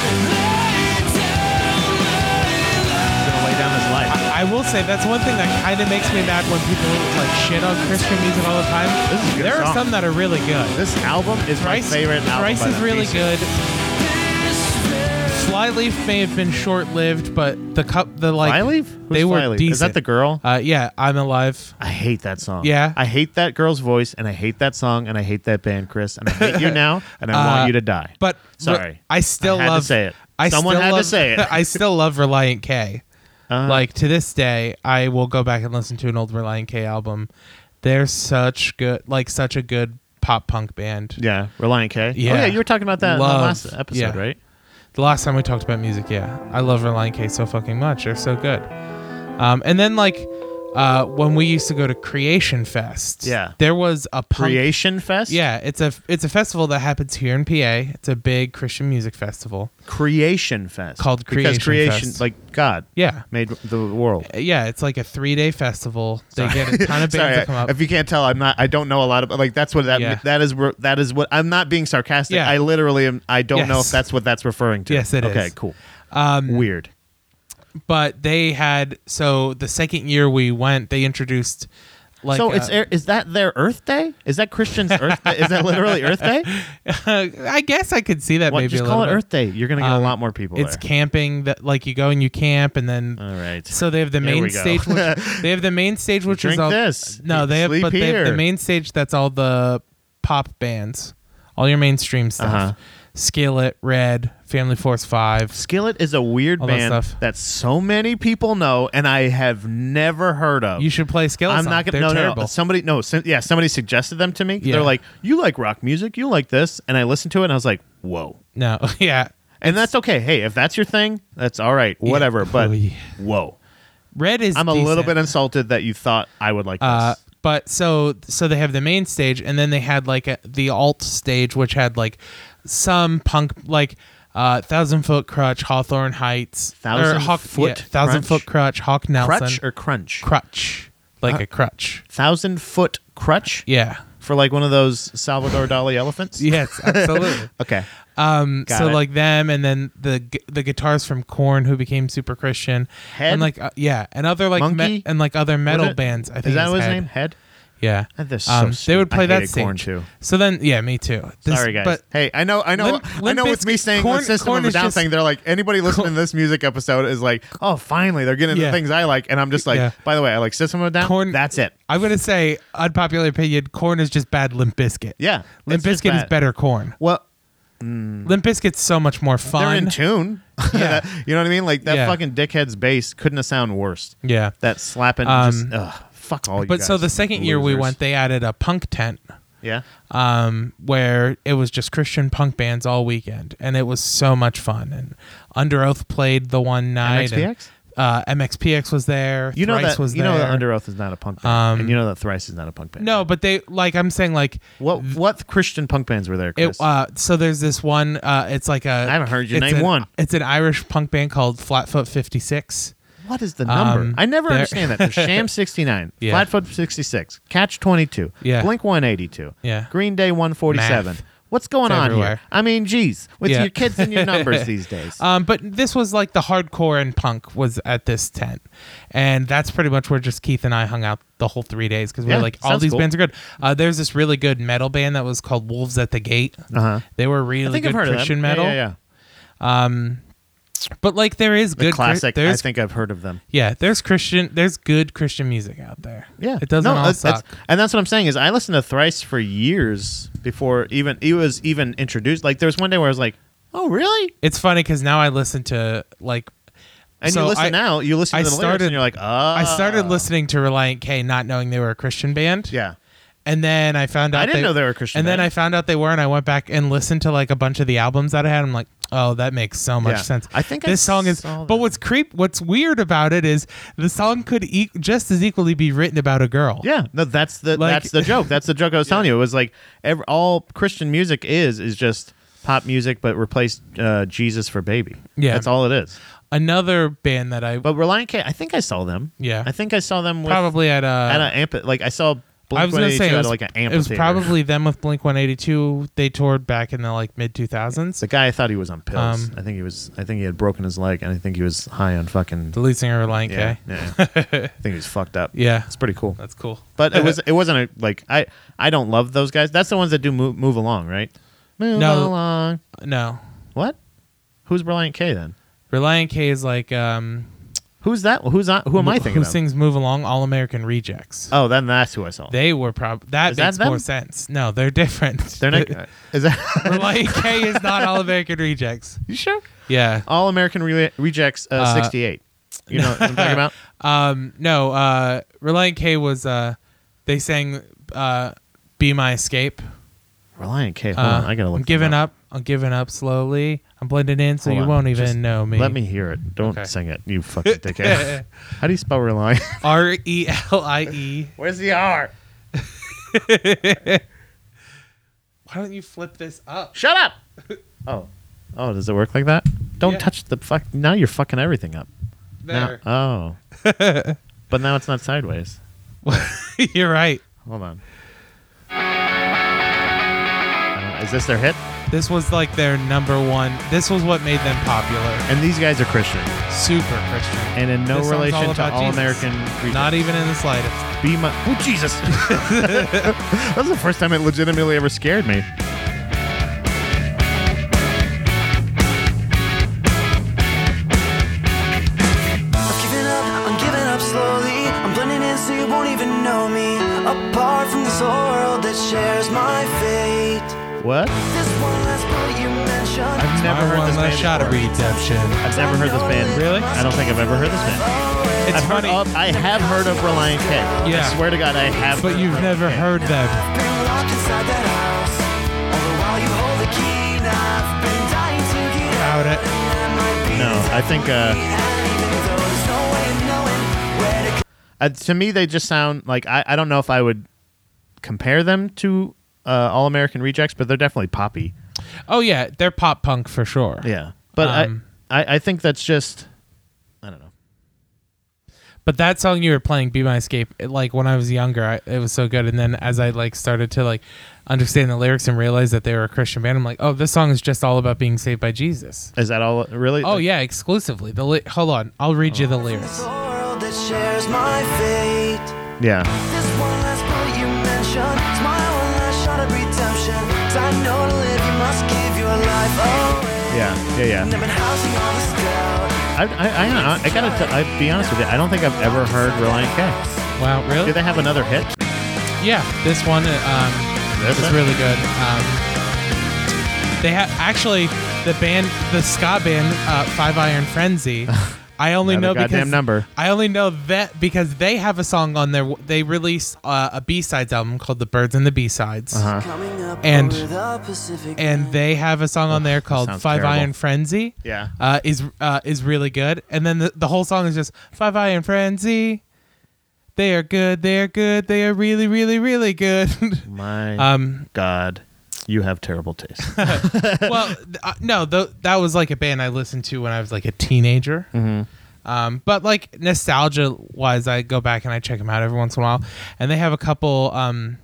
S3: you down my life.
S1: he's gonna lay down his life.
S2: I will say that's one thing that kind of makes me mad when people like shit on Christian music all the time.
S1: This is a good
S2: there are
S1: song.
S2: some that are really good.
S1: This album is my
S2: Thrice,
S1: favorite album.
S2: Thrice
S1: by
S2: is
S1: them.
S2: really
S1: Decent.
S2: good. Flyleaf may have been short-lived, but the cup, the like,
S1: Flyleaf? Who's
S2: they were
S1: Flyleaf?
S2: decent.
S1: Is that the girl?
S2: Uh, yeah, I'm alive.
S1: I hate that song.
S2: Yeah?
S1: I hate that girl's voice, and I hate that song, and I hate that band, Chris. And I hate you now, and I
S2: Uh,
S1: want you to die.
S2: But re-
S1: Sorry.
S2: I still
S1: I had to
S2: love
S1: say it.
S2: I
S1: Someone
S2: still
S1: had to
S2: love-
S1: say it.
S2: I still love Reliant K.
S1: Uh,
S2: like to this day, I will go back and listen to an old Reliant K album. They're such good, like such a good pop punk band.
S1: yeah, Reliant K.
S2: Yeah.
S1: oh, yeah, you were talking about that in
S2: Love.
S1: the last episode,
S2: Yeah.
S1: right?
S2: The last time we talked about music, yeah, I love Reliant K so fucking much. They're so good. Um, and then like uh, when we used to go to Creation Fest,
S1: Yeah.
S2: there was a punk.
S1: Creation Fest.
S2: yeah, it's a it's a festival that happens here in PA. It's a big Christian music festival.
S1: Creation Fest
S2: Called
S1: because
S2: Creation
S1: creation,
S2: Fest.
S1: like God,
S2: Yeah,
S1: made the world.
S2: yeah, it's like a three day festival. They get a ton of bands
S1: Sorry,
S2: that come up.
S1: if you can't tell, I'm not. I don't know a lot of like. That's what that
S2: Yeah.
S1: that is. where- That is what I'm not being sarcastic.
S2: Yeah.
S1: I literally am. I don't know
S2: Yes.
S1: if that's what that's referring to.
S2: Yes, it
S1: it
S2: is.
S1: is. okay, cool. Um, Weird.
S2: but they had so the second year we went, they introduced like uh,
S1: so
S2: a-
S1: it's air- is that their Earth Day? Is that Christian's Earth Day? Is that literally Earth Day?
S2: I guess I could see that
S1: What,
S2: maybe
S1: just
S2: a
S1: call it
S2: little bit.
S1: Earth Day. You're gonna get a
S2: Um,
S1: lot more people.
S2: It's
S1: there.
S2: camping that like you go and you camp and then
S1: All right.
S2: so they have the
S1: Here
S2: main
S1: Uh, we go.
S2: stage which, they have the main stage which is
S1: Drink
S2: all
S1: this.
S2: no they have
S1: Sleep
S2: but they have the
S1: here.
S2: main stage that's all the pop bands all your mainstream stuff
S1: Uh-huh.
S2: Skillet, Red, Family Force Five.
S1: Skillet is a weird
S2: All that
S1: band
S2: stuff.
S1: that so many people know and I have never heard of.
S2: You should play Skillet.
S1: I'm
S2: song.
S1: not gonna.
S2: They're
S1: No, no,
S2: terrible.
S1: no. Somebody, no. Some, yeah, somebody suggested them to me.
S2: Yeah.
S1: They're like, "You like rock music? You like this?" And I listened to it, and I was like, "Whoa!"
S2: No, yeah.
S1: And that's okay. Hey, if that's your thing, that's all right. Whatever. But
S2: Oh, yeah.
S1: whoa,
S2: Red is.
S1: I'm a little
S2: decent.
S1: bit insulted that you thought I would like
S2: Uh,
S1: this.
S2: but so so they have the main stage, and then they had like a, the alt stage, which had like some punk like. Uh, thousand foot crutch, Hawthorne Heights,
S1: Thousand
S2: Hawk,
S1: Foot
S2: yeah, thousand
S1: Crutch?
S2: foot crutch, Hawk Nelson,
S1: Crutch or crunch?
S2: crutch, like a crutch.
S1: Thousand foot crutch
S2: Yeah.
S1: for like one of those Salvador Dali elephants.
S2: Yes, absolutely.
S1: Okay.
S2: Um,
S1: Got
S2: so
S1: it.
S2: like them, and then the gu- the guitars from Corn, who became super Christian,
S1: Head?
S2: and like uh, yeah, and other like
S1: Monkey?
S2: and like other
S1: Was
S2: metal
S1: it-
S2: bands. I think
S1: is that
S2: is
S1: his
S2: Head.
S1: name? Head.
S2: Yeah,
S1: Ah, they're so
S2: um, they
S1: stupid.
S2: would play
S1: I
S2: that
S1: hated Korn,
S2: stage.
S1: too.
S2: So then, yeah, me too. This-
S1: Sorry, guys.
S2: But
S1: hey, I know, I know,
S2: Limp-
S1: I know.
S2: Limp
S1: With me
S2: Bizkit-
S1: saying
S2: Korn-
S1: the system
S2: Korn
S1: of a
S2: is
S1: down
S2: just-
S1: thing, they're like anybody listening to this music episode is like, oh, finally, they're getting
S2: Yeah.
S1: the things I like, and I'm just like,
S2: Yeah.
S1: by the way, I like system of a down.
S2: Korn-
S1: That's it.
S2: I'm gonna say unpopular opinion. Corn is just bad. Limp Biscuit.
S1: Yeah,
S2: Limp
S1: it's just
S2: Biscuit is
S1: bad.
S2: better. Corn.
S1: Well,
S2: Limp Biscuit's so much more
S1: they're in
S2: fun.
S1: tune.
S2: Yeah.
S1: you know what I mean? Like that
S2: Yeah.
S1: fucking dickhead's bass couldn't have sound worse.
S2: yeah.
S1: That slapping.
S2: Um,
S1: just, ugh, fuck all you.
S2: But so
S1: guys,
S2: the second year we
S1: losers.
S2: went, they added a punk tent.
S1: Yeah.
S2: um, where it was just Christian punk bands all weekend, and it was so much fun. And Under Oath played the one night. and,
S1: MXPX?
S2: uh, MXPX was there.
S1: You know
S2: Thrice
S1: that.
S2: was
S1: you
S2: there.
S1: know that Under Oath is not a punk band,
S2: Um,
S1: and you know that Thrice is not a punk band.
S2: No, but they like I'm saying like
S1: What what Christian punk bands were there?
S2: it.
S1: Chris?
S2: Uh, so there's this one. Uh, it's like a. I
S1: haven't heard you name
S2: an,
S1: one.
S2: It's an Irish punk band called Flatfoot Fifty Six.
S1: What is the number?
S2: Um,
S1: I never
S2: there-
S1: understand that. There's Sham 69,
S2: Yeah.
S1: Flatfoot 66, Catch 22,
S2: Yeah.
S1: Blink 182,
S2: Yeah.
S1: Green Day 147.
S2: Math.
S1: What's going
S2: It's
S1: on
S2: everywhere.
S1: here? I mean, geez, with
S2: Yeah.
S1: your kids and your numbers these days.
S2: Um, but this was like the hardcore and punk was at this tent, and that's pretty much where just Keith and I hung out the whole three days because we
S1: Yeah,
S2: were like, all
S1: sounds
S2: these
S1: cool.
S2: bands are good. Uh, there's this really good metal band that was called Wolves at the Gate.
S1: Uh-huh.
S2: They were
S1: I
S2: really
S1: think
S2: good
S1: I've heard
S2: Christian
S1: of them. Yeah,
S2: metal.
S1: Yeah, yeah.
S2: Um, but like there is
S1: The
S2: good Chri-
S1: classic. I
S2: there's
S1: think I've heard of them.
S2: yeah, there's Christian. There's good Christian music out there.
S1: Yeah,
S2: it doesn't all
S1: that's- that's-
S2: suck.
S1: and that's what I'm saying is I listened to Thrice for years before even it was even introduced. Like there was one day where I was like, "Oh, really?"
S2: It's funny because now I listen to like,
S1: And
S2: so
S1: you listen
S2: I-
S1: now, you listen
S2: I
S1: to the lyrics,
S2: started-
S1: and you're like, "Ah."
S2: I started listening to Reliant K, not knowing they were a Christian band.
S1: Yeah,
S2: And then I found out
S1: I didn't
S2: they,
S1: know they were a Christian
S2: And then
S1: band.
S2: I found out they were, and I went back and listened to like a bunch of the albums that I had. I'm like, oh, that makes so much
S1: Yeah.
S2: sense.
S1: I think I
S2: this song is.
S1: saw
S2: But
S1: that.
S2: what's creep? What's weird about it is the song could e- just as equally be written about a girl.
S1: Yeah, no, that's the
S2: Like-
S1: that's the joke. That's the joke I was telling you. It was like ev all Christian music is is just pop music, but replace uh, Jesus for baby.
S2: Yeah.
S1: that's all it is.
S2: Another band that I
S1: But Reliant K, I think I saw them.
S2: Yeah.
S1: I think I saw them with,
S2: probably at a.
S1: at an amp. Like I saw Blink
S2: I was gonna say it was,
S1: like an
S2: it was
S1: amphitheater.
S2: probably them with Blink 182. They toured back in the like mid 2000s.
S1: the guy. I thought he was on pills.
S2: Um,
S1: I think he was. I think he had broken his leg, and I think he was high on fucking.
S2: the lead singer of Reliant
S1: Yeah,
S2: K.
S1: yeah. I think he was fucked up.
S2: Yeah.
S1: it's pretty cool.
S2: That's cool.
S1: But it was it wasn't a, like I I don't love those guys. That's the ones that do move, move along, right? Move
S2: No.
S1: along.
S2: no.
S1: What? Who's Reliant K then?
S2: Reliant K is like um
S1: Who's that? Who's on, who am I thinking
S2: who
S1: of?
S2: sings "Move Along"? All American Rejects.
S1: oh, then that's who I saw.
S2: They were probably that
S1: Is that
S2: makes more
S1: them?
S2: sense. No, they're different.
S1: They're not. uh, is that?
S2: Reliant K is not All American Rejects.
S1: you sure?
S2: Yeah.
S1: All American Re- Rejects uh,
S2: Uh,
S1: '68. You know what I'm talking about?
S2: Um. No. Uh. Reliant K was uh. They sang uh. Be my escape.
S1: Reliant K. Hold
S2: Uh,
S1: on, I gotta look.
S2: I'm
S1: them
S2: giving up. I'm giving up slowly. I'm blending in so
S1: Hold
S2: you
S1: on,
S2: won't
S1: just
S2: even know me.
S1: Let me hear it. Don't
S2: Okay.
S1: sing it, you fucking dickhead. How do you spell Reliant?
S2: R E L I E.
S1: Where's the R?
S2: Why don't you flip this up?
S1: Shut up. Oh, oh, does it work like that? Don't
S2: Yeah.
S1: touch the fuck. Now you're fucking everything up.
S2: There.
S1: Now, oh. but now it's not sideways.
S2: You're right.
S1: Hold on. Uh, is this their hit?
S2: This was like their number one. This was what made them popular.
S1: And these guys are Christian
S2: Super Christian.
S1: and in no
S2: This song's
S1: relation
S2: all
S1: to
S2: about
S1: All
S2: Jesus.
S1: American.
S2: Not even in the slightest.
S1: be my. Oh Jesus! that was the first time it legitimately ever scared me.
S3: I'm giving up, I'm giving up slowly. I'm blending in so you won't even know me. Apart from this whole world that shares my fate.
S1: What?
S3: This one last bullet you mentioned
S1: never
S2: My
S1: heard
S2: one
S1: this
S2: last
S1: band
S2: shot of
S1: before.
S2: redemption.
S1: I've never heard this band.
S2: Really?
S1: I don't think I've ever heard this band.
S2: It's
S1: I've
S2: funny,
S1: heard of, I have heard of Reliant K. I
S2: Yeah.
S1: swear to God, I have.
S2: but
S1: heard
S2: you've
S1: of
S2: never
S1: Reliant K.
S2: heard them.
S3: Been locked inside that house. All the while you hold the key, and I've been dying to get out.
S2: Doubt it.
S3: That might be
S1: No,
S3: the
S1: I think. Uh,
S3: And even though there's no way of knowing where to
S1: uh, to me they just sound like I, I don't know if i would compare them to uh, all american rejects but they're definitely poppy
S2: Oh yeah, they're pop punk for sure.
S1: yeah but
S2: Um,
S1: I, I i think that's just i don't know
S2: But that song you were playing, "Be My Escape," it, like when I was younger, I, it was so good. And then as I like started to like understand the lyrics and realize that they were a Christian band, I'm like, oh, this song is just all about being saved by Jesus.
S1: is that all really
S2: Oh yeah, exclusively. The li- hold on, I'll read you the
S3: This
S2: lyrics.
S3: world that shares my fate.
S1: yeah
S3: This one last bullet you mentioned. It's my one last shot at redemption. 'Cause I know to live, you must give your life away.
S1: yeah yeah
S3: And
S1: yeah
S3: I've been housing all this doubt.
S1: i i, I, I gotta t- I, be honest with you i don't think i've ever heard reliant k
S2: Wow,
S1: do
S2: really?
S1: they have another hit
S2: Yeah, this one uh, um,
S1: That's
S2: is
S1: it?
S2: really good. Um, they have actually the band, the ska band, uh, Five Iron Frenzy. I only know
S1: Another
S2: because
S1: goddamn number
S2: I only know that because they have a song on their. They released uh, a B sides album called "The Birds and the B Sides,"
S1: uh-huh
S3: Coming up
S2: And-
S3: over the Pacific.
S2: and they have a song on there called
S1: sounds
S2: Five
S1: terrible.
S2: Iron Frenzy."
S1: yeah
S2: Uh, is uh, is really good, and then the, the whole song is just Five Iron Frenzy. They are good. They are good. They are really, really, really good.
S1: my
S2: um,
S1: god you have terrible taste
S2: well, th- uh, no, th- that was like a band I listened to when I was like a teenager.
S1: Mm-hmm.
S2: Um, but like nostalgia wise, I go back and I check them out every once in a while, and they have a couple. Um,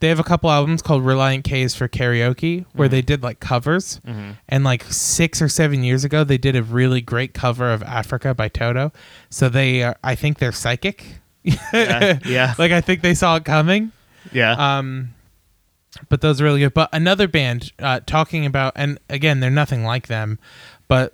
S2: they have a couple albums called Reliant K's for karaoke where
S1: Mm-hmm.
S2: they did like covers, and like six or seven years ago, they did a really great cover of Africa by Toto. So they, are, I think they're psychic.
S1: yeah yeah,
S2: like I think they saw it coming.
S1: yeah.
S2: Um, but those are really good. But another band uh, talking about, and again, they're nothing like them, but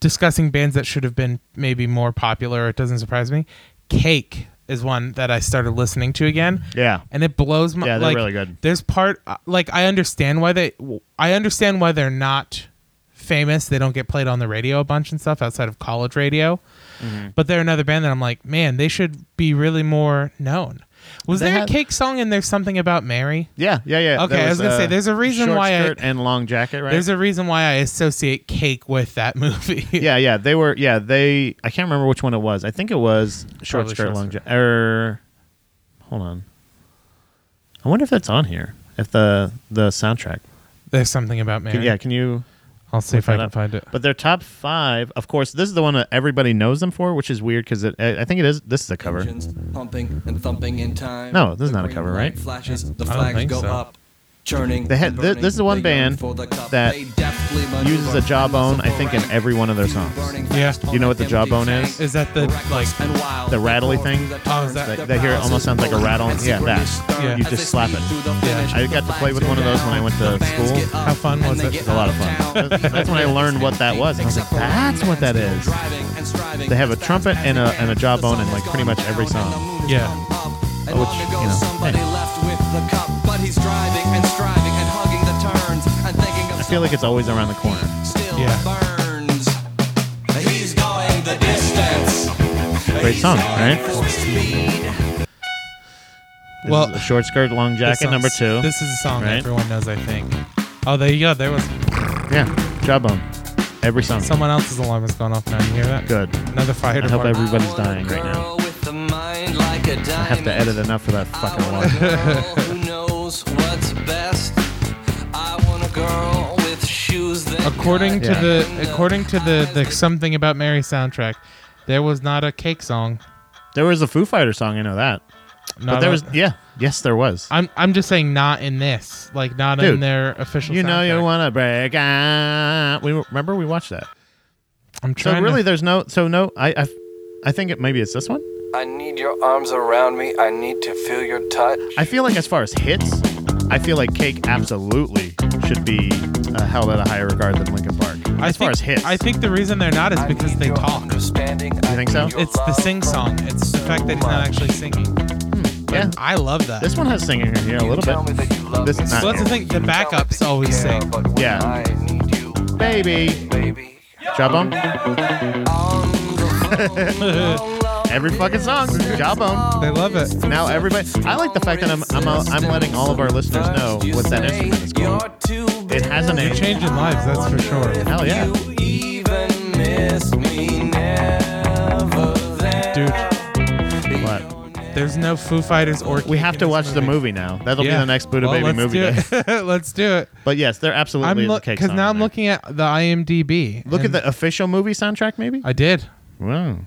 S2: discussing bands that should have been maybe more popular. It doesn't surprise me. Cake is one that I started listening to again.
S1: yeah
S2: And it blows my
S1: Yeah, they're
S2: like,
S1: really good.
S2: There's part uh, like I understand why they I understand why they're not famous. They don't get played on the radio a bunch and stuff outside of college radio.
S1: Mm-hmm.
S2: But they're another band that I'm like, man, they should be really more known. Was
S1: They
S2: there
S1: had-
S2: a Cake song and there's something about Mary?
S1: yeah, yeah, yeah.
S2: Okay,
S1: There
S2: I was gonna say, there's a reason
S1: short
S2: why I-
S1: skirt and long jacket, right?
S2: There's a reason why I associate Cake with that movie.
S1: yeah, yeah. They were, yeah, they, I can't remember which one it was. I think it was Short
S2: Probably
S1: Skirt,
S2: Short
S1: Long Jacket. Or, hold on. I wonder if that's on here, if the the soundtrack.
S2: There's something about Mary.
S1: Can, yeah, can you?
S2: I'll see if I
S1: that
S2: can
S1: up.
S2: find it.
S1: But their top five, of course, this is the one that everybody knows them for, which is weird because I I think it is, this is a cover.
S4: Engines pumping and thumping in time.
S1: No, this is
S4: The
S1: not a
S4: green
S1: cover,
S4: light
S1: right?
S4: Flashes, the
S2: don't
S4: flags
S2: think
S4: go
S2: so.
S4: up, churning.
S1: They had-
S4: and
S1: thi-
S4: burning.
S1: this is the one
S4: They yearn
S1: band
S4: for the cup.
S1: that
S4: They deftly maneuver
S1: Uses a jawbone, I think, in
S4: and
S1: every one of their songs.
S4: burning
S2: Yeah.
S4: fast
S1: Do you know
S4: on
S1: what the
S4: an
S1: jawbone
S4: empty
S1: is?
S4: tank.
S2: Is that the like
S4: And wild,
S1: The rattly
S4: pour
S1: thing?
S4: through the
S2: Oh, is that-
S4: turns,
S1: That- that here, it
S4: palaces
S1: almost sounds like a
S4: pulling
S1: rattle.
S4: and
S1: Yeah,
S4: secret
S1: that.
S4: is stirred
S2: Yeah. You
S4: as
S1: just
S4: they
S1: slap
S4: speed
S1: it.
S4: through the
S2: Yeah.
S4: finish.
S1: I got
S4: The
S1: to play with
S4: flags
S1: one of
S4: go
S1: those when I
S4: down,
S1: went to
S4: the fans
S1: school.
S4: get up,
S2: How fun
S4: and
S2: was
S4: they
S2: it?
S4: get
S1: It was a lot of
S4: out
S1: fun.
S4: town.
S1: That's- that's when I learned what that was. I was like, that's what that is.
S4: They
S1: They have a trumpet and a- and a jawbone in, like, pretty much every song.
S2: Yeah.
S1: Which, you know,
S4: somebody
S1: hey.
S4: left with the cup, but he's driving and striving and hugging the turns and thinking of
S1: I feel like it's always around the corner.
S4: still
S2: Yeah.
S4: burns. He's going the distance.
S1: Great song, right? This
S2: Well,
S1: is a short skirt, long
S2: this
S1: jacket, number
S2: song's-
S1: two.
S2: This is a song
S1: right?
S2: everyone knows, I think. Oh, there you go. There was
S1: yeah, jawbone. Every song.
S2: someone else's alarm has gone off now. You hear that?
S1: Good.
S2: Another fire
S1: I hope
S2: department.
S1: everybody's dying right now. I have to edit enough for that fucking one.
S4: who knows what's best. I want a girl with shoes that
S2: According to
S1: Yeah.
S2: the according to the, the something about Mary soundtrack, there was not a cake song.
S1: There was a Foo Fighter song, I know that.
S2: Not
S1: But there
S2: a-
S1: was, yeah, yes, there was.
S2: I'm I'm just saying not in this, like not in
S1: Dude,
S2: their official.
S1: You know you
S2: soundtrack.
S1: wanna break out. We remember we watched that.
S2: I'm
S1: So
S2: trying.
S1: really,
S2: to,
S1: there's no. So no, I, I, I think it maybe it's this one.
S4: I need your arms around me. I need to feel your touch.
S1: I feel like as far as hits, I feel like Cake absolutely should be uh, held at a higher regard than Linkin Park. As
S2: I
S1: far
S2: think-
S1: as hits,
S2: I think the reason they're not is because they talk.
S4: You
S1: think so?
S2: It's the sing song. It's the fact that he's not actually singing.
S1: yeah.
S2: I love that.
S1: Oh. This one has singing in here a little bit. This is not
S2: well, that's the thing. The backups always sing.
S1: Yeah.
S4: I need you
S1: baby.
S4: baby.
S1: Jawbone.
S4: On the phone,
S1: Every fucking song. Jawbone.
S2: They love it.
S1: Now everybody. I like the fact that I'm I'm, I'm letting all of our listeners know
S4: You
S1: what that
S4: say
S1: instrument is called.
S4: you're too
S1: It has a
S2: You're
S1: name.
S2: changing lives, that's for sure.
S1: Hell yeah.
S4: You even miss me never there.
S2: Dude,
S1: What?
S2: there's no Foo Fighters or.
S1: We have
S2: Kick
S1: to
S2: in this
S1: watch the movie now. That'll be the next Buddha
S2: Well,
S1: Baby
S2: let's
S1: movie
S2: do
S1: day.
S2: it. let's do it.
S1: But yes, there
S2: I'm
S1: absolutely is a cake
S2: because
S1: song
S2: now
S1: in
S2: I'm
S1: there.
S2: looking at the IMDb.
S1: Look at
S2: and
S1: the official movie soundtrack, maybe.
S2: I did.
S1: Wow.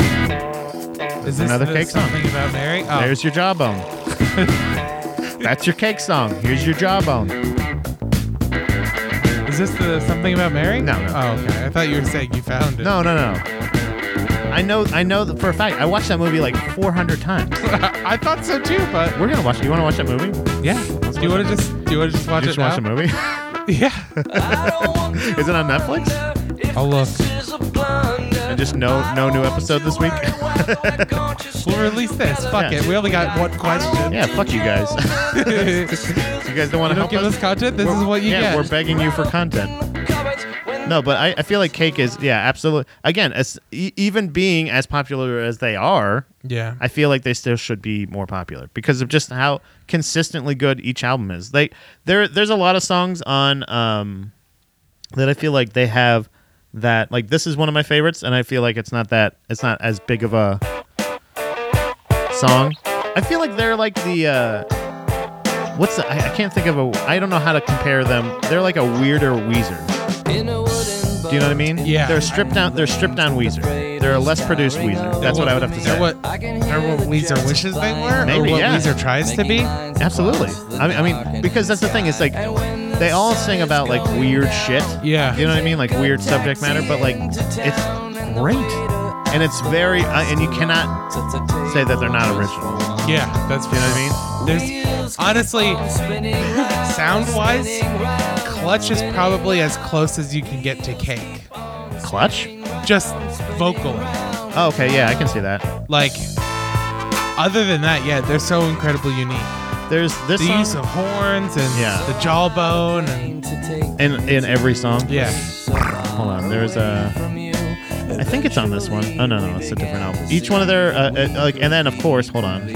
S2: Is this
S1: another
S2: the
S1: cake song.
S2: something about Mary? Oh,
S1: There's your jawbone. That's your cake song. Here's your jawbone.
S2: is this the something about Mary?
S1: No, no.
S2: Oh, okay. I thought you were saying you found it.
S1: No, no, no. I know. I know that for a fact. I watched that movie like 400 times.
S2: I thought so too, but
S1: We're gonna watch. You want to watch that movie?
S2: yeah. Do you want to just do you want to just watch
S1: just
S2: it
S1: watch the
S2: now?
S1: movie.
S2: Yeah.
S4: I don't want to
S1: Is it on Netflix?
S4: wonder if
S2: I'll look.
S4: this is a blunder.
S1: And just no-
S4: I
S1: no
S4: don't
S1: new
S4: want
S1: episode
S4: to
S1: this week?
S4: worry why the heck aren't you
S2: We'll
S4: still
S2: release this.
S4: together?
S2: Fuck
S1: Yeah.
S2: it. We only got one question.
S1: yeah, fuck you guys. you guys don't want to
S2: You don't
S1: help
S2: give us
S1: us.
S2: content. This is what you
S1: yeah,
S2: get.
S1: we're begging you for content. No, but I, I feel like cake is yeah, absolutely. Again, as e- even being as popular as they are,
S2: yeah.
S1: I feel like they still should be more popular because of just how consistently good each album is. They there there's a lot of songs on um that I feel like they have that like this is one of my favorites and I feel like it's not that it's not as big of a song. I feel like they're like the uh what's the I, I can't think of a I don't know how to compare them. They're like a weirder Weezer. Do you know what I mean?
S2: Yeah.
S1: They're stripped down they're stripped down Weezer. They're a less produced Weezer. That's what I would have to
S2: They're
S1: say.
S2: what, they're what Weezer wishes they were,
S1: Maybe,
S2: or what
S1: yeah.
S2: Weezer tries to be.
S1: Absolutely. I mean, I mean, because that's the thing. It's like they all sing about like weird shit.
S2: Yeah.
S1: You know what I mean? Like weird subject matter, but like it's great, and it's very, uh, and you cannot say that they're not original.
S2: Yeah, that's you know
S1: what I
S2: There's honestly, sound-wise, Clutch is probably as close as you can get to Cake,
S1: Clutch.
S2: just vocally.
S1: Oh, okay, yeah, I can see that.
S2: Like, other than that, yeah, they're so incredibly unique.
S1: There's this
S2: The
S1: song
S2: use of horns and
S1: Yeah.
S2: the jawbone and
S1: in in every song.
S2: yeah,
S1: Hold on. There's a. I think it's on this one. Oh no, no, it's a different album. Each one of their uh, uh, like, and then of course, hold on,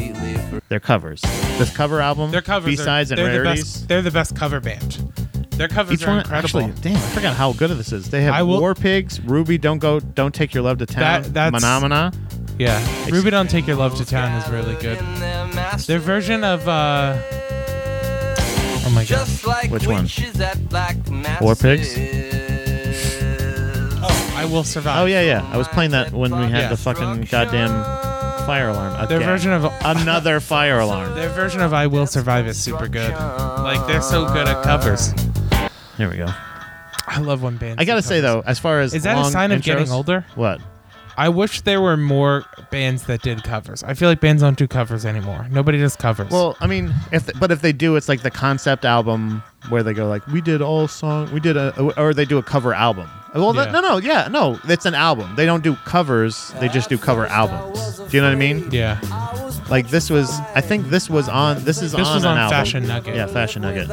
S1: their covers. This cover album,
S2: their covers.
S1: B sides,
S2: are,
S1: and
S2: they're
S1: rarities.
S2: The best, they're the best cover band. Their covers
S1: Each
S2: are
S1: one
S2: incredible.
S1: actually, damn, I forgot how good of this is. They have
S2: I will-
S1: War Pigs, Ruby, Don't Go, Don't Take Your Love to Town,
S2: That- that's-
S1: Manamana.
S2: yeah, Ruby Don't Take Your Love to Town is really good. Their version of uh Oh my god.
S4: Just like
S1: Which one?
S4: witches at black
S1: War Pigs?
S4: masses.
S2: Oh, I will survive.
S1: Oh yeah, yeah. I was playing that when we had
S2: Yeah.
S1: the fucking goddamn fire alarm.
S2: Their
S1: again.
S2: version of
S1: another fire alarm.
S2: their version of I Will Survive is super good. Like they're so good at covers.
S1: Here we go.
S2: I love when bands.
S1: I gotta
S2: do
S1: say
S2: covers.
S1: though, as far as
S2: Is that a
S1: long
S2: sign of
S1: intros-
S2: getting older?
S1: What?
S2: I wish there were more bands that did covers. I feel like bands don't do covers anymore. Nobody does covers.
S1: Well, I mean, if but if they do, it's like the concept album where they go like, we did all song, we did a, or they do a cover album. Well, that-
S2: Yeah.
S1: no, no, yeah, no, it's an album. They don't do covers; they just do cover albums. Do you know what I mean?
S2: yeah.
S1: Like this was, I think this was on. This is
S2: This
S1: on
S2: was
S1: an
S2: on
S1: album.
S2: Fashion Nugget.
S1: Yeah, Fashion Nugget.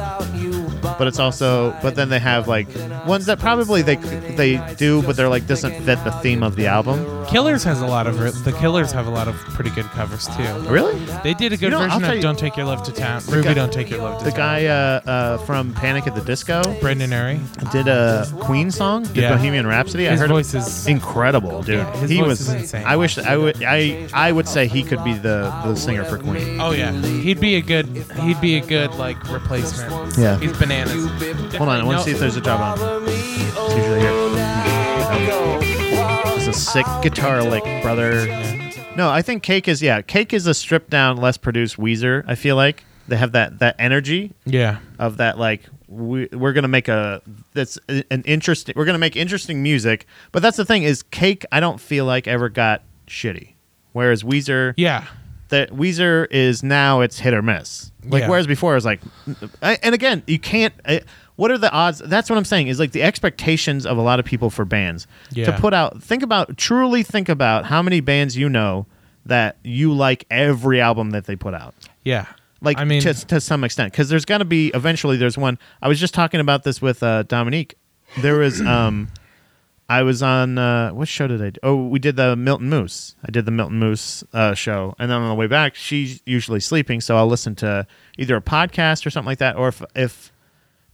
S1: But it's also, but then they have like ones that probably they they do, but they're like doesn't fit the theme of the album.
S2: Killers has a lot of re- the Killers have a lot of pretty good covers too.
S1: Really?
S2: They did a good
S1: know, I'll
S2: version
S1: tell
S2: of
S1: you-
S2: Don't Take Your Love to Town. Ruby
S1: guy-
S2: Don't Take Your Love to
S1: The
S2: Town.
S1: guy uh, uh, from Panic at the Disco
S2: Brendan Urie.
S1: did a Queen song, did
S2: Yeah.
S1: Bohemian Rhapsody. I
S2: His
S1: heard
S2: voice
S1: it.
S2: is
S1: incredible, dude.
S2: Yeah, his
S1: he
S2: voice
S1: was
S2: is insane.
S1: I wish I would I I would say he could be the the singer for Queen.
S2: Oh yeah, he'd be a good he'd be a good like replacement.
S1: Yeah.
S2: he's bananas.
S1: Hold on, I want
S2: No.
S1: to see if there's a job on. It's usually here. It's a sick guitar lick, brother. No, I think Cake is yeah. Cake is a stripped down, less produced Weezer. I feel like they have that that energy
S2: Yeah,
S1: of that like we, we're gonna make a that's an interesting. We're gonna make interesting music, but that's the thing is Cake. I don't feel like ever got shitty, whereas Weezer
S2: yeah,
S1: that Weezer is now it's hit or miss. Like
S2: Yeah.
S1: whereas before it was like, I, and again you can't. I, what are the odds? That's what I'm saying is like the expectations of a lot of people for bands
S2: Yeah.
S1: to put out. Think about truly think about how many bands you know that you like every album that they put out.
S2: yeah.
S1: like
S2: I mean-
S1: to, to some extent because there's got to be eventually there's one i was just talking about this with uh, dominique there was um i was on uh, what show did i do oh we did the milton moose i did the milton moose uh, show and then on the way back she's usually sleeping so i'll listen to either a podcast or something like that or if, if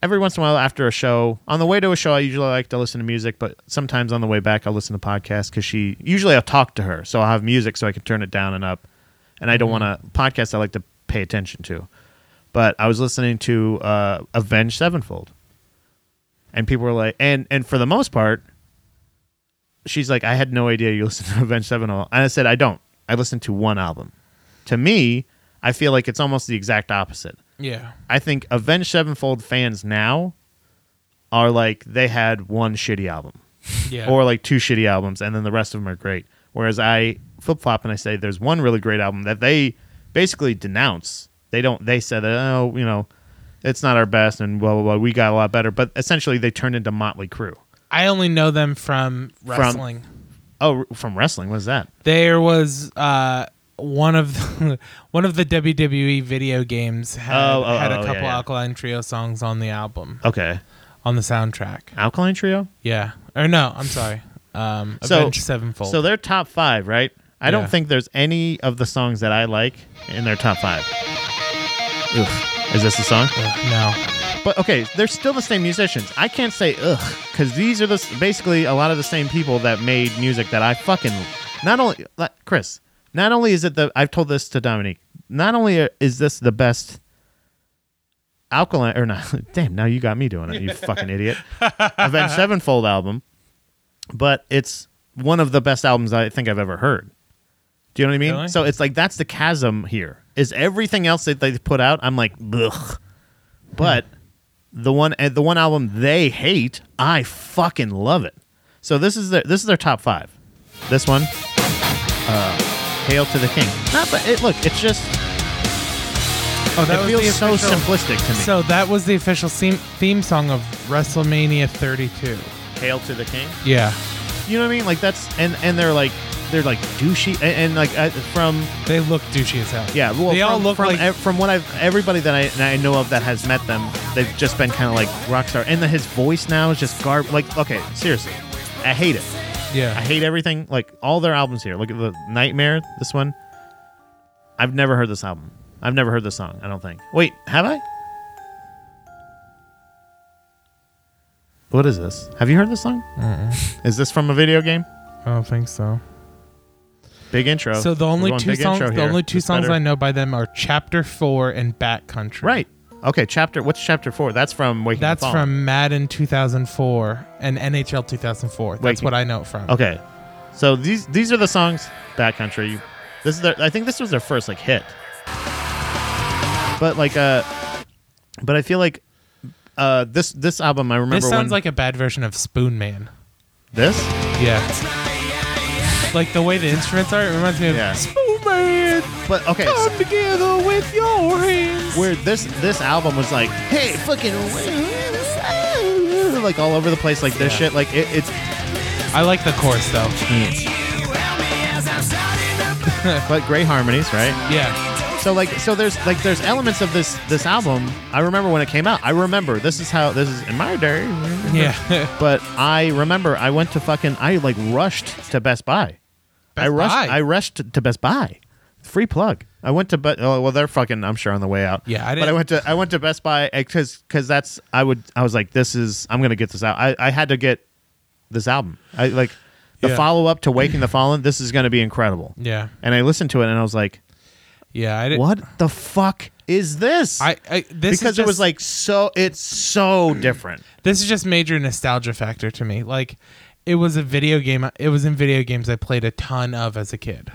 S1: every once in a while after a show on the way to a show i usually like to listen to music but sometimes on the way back i'll listen to podcasts because she usually i'll talk to her so i'll have music so i can turn it down and up and i don't want to podcast i like to pay attention to but i was listening to uh, avenged sevenfold and people were like and and for the most part she's like i had no idea you listened to avenged sevenfold and i said i don't i listened to one album to me i feel like it's almost the exact opposite
S2: Yeah.
S1: I think Avenged Sevenfold fans now are like they had one shitty album
S2: Yeah.
S1: or like two shitty albums, and then the rest of them are great. Whereas I flip flop and I say there's one really great album that they basically denounce. They don't. They said, oh, you know, it's not our best, and blah blah blah. We got a lot better, but essentially they turned into Motley Crue.
S2: I only know them from wrestling.
S1: Oh, from wrestling, what is that?
S2: there was uh, one of the, one of the WWE video games had,
S1: Oh, oh,
S2: had
S1: oh,
S2: a
S1: yeah,
S2: couple
S1: yeah.
S2: Alkaline Trio songs on the album
S1: Okay,
S2: on the soundtrack.
S1: Alkaline Trio.
S2: Yeah, or no, I'm sorry. Um,
S1: So-
S2: Avenged Sevenfold.
S1: So they're top five, right? I don't
S2: Yeah.
S1: think there's any of the songs that I like in their top five. Oof. Is this the song?
S2: Ugh, no,
S1: But okay, they're still the same musicians. I can't say ugh because these are the s- basically a lot of the same people that made music that I fucking not only like, Chris. Not only is it the I've told this to Dominique. Not only uh, is this the best alkaline or not? Damn, now you got me doing it. You fucking idiot. Avenged Sevenfold album, but it's one of the best albums I think I've ever heard. Do you know what I mean?
S2: Really?
S1: So it's like that's the chasm here. Is everything else that they put out? I'm like, ugh. But
S2: Hmm.
S1: the one eh, the one album they hate, I fucking love it. So this is their this is their top five. This one, uh, "Hail to the King." Not, but it, look, it's just
S2: oh,
S1: it feels so simplistic to me.
S2: So that was the official theme, theme song of WrestleMania 32.
S1: "Hail to the King."
S2: Yeah,
S1: You know what I mean? Like that's and and they're like they're like douchey and, and like I, from
S2: they look douchey as hell.
S1: yeah. Well,
S2: they
S1: from,
S2: all look
S1: from,
S2: like
S1: ev- from what I've everybody that I, that I know of that has met them, they've just been kind of like rock star. And then his voice now is just garb. Like okay, seriously, I hate it. I
S2: yeah.
S1: hate everything. Like all their albums here. Look at the Nightmare. This one. I've never heard this album. I've never heard this song. I don't think. Wait, have I? What is this? Have you heard this song? Is this from a video game?
S2: I don't think so.
S1: Big intro.
S2: So the
S1: Oh, We're
S2: only
S1: going
S2: two
S1: big
S2: songs,
S1: intro
S2: the
S1: here.
S2: only two
S1: It's
S2: songs
S1: better.
S2: I know by them are Chapter Four and Backcountry.
S1: Right. Okay. Chapter. What's chapter four? That's from Waking.
S2: That's
S1: and Falling.
S2: from Madden 2004 and NHL 2004. That's
S1: Wait,
S2: what I know it from.
S1: Okay. So these these are the songs. Backcountry. This is their. I think this was their first like hit. But like uh, but I feel like uh this this album I remember
S2: This sounds
S1: when,
S2: like a bad version of Spoon Man.
S1: this.
S2: Yeah. Like the way the instruments are, it reminds me of
S1: Yeah.
S2: Spoon Man.
S1: But okay. so-
S2: Come together with your hands.
S1: where this this album was like, hey, fucking, like all over the place, like this shit, like it, it's
S2: I like the chorus though.
S1: but great harmonies, right?
S2: Yeah.
S1: So like so there's like there's elements of this this album. I remember when it came out. I remember this is how this is in my day.
S2: Yeah.
S1: But I remember I went to fucking I like rushed to Best Buy. I
S2: Best
S1: rushed
S2: Buy.
S1: I rushed to Best Buy. Free plug. I went to but oh well they're fucking I'm sure on the way out.
S2: Yeah,
S1: But
S2: I
S1: I
S2: didn't-
S1: went to I went to Best Buy because because that's I would I was like this is I'm gonna get this out. I I had to get this album. I like the
S2: Yeah. Mm.
S1: follow up to Waking the Fallen. This is gonna be incredible.
S2: yeah.
S1: And I listened to it and I was like,
S2: Yeah. I didn't.
S1: what the fuck is this?
S2: I, I this is
S1: because it was
S2: just-
S1: like so it's so different.
S2: this is just major nostalgia factor to me. Like, it was a video game. It was in video games I played a ton of as a kid.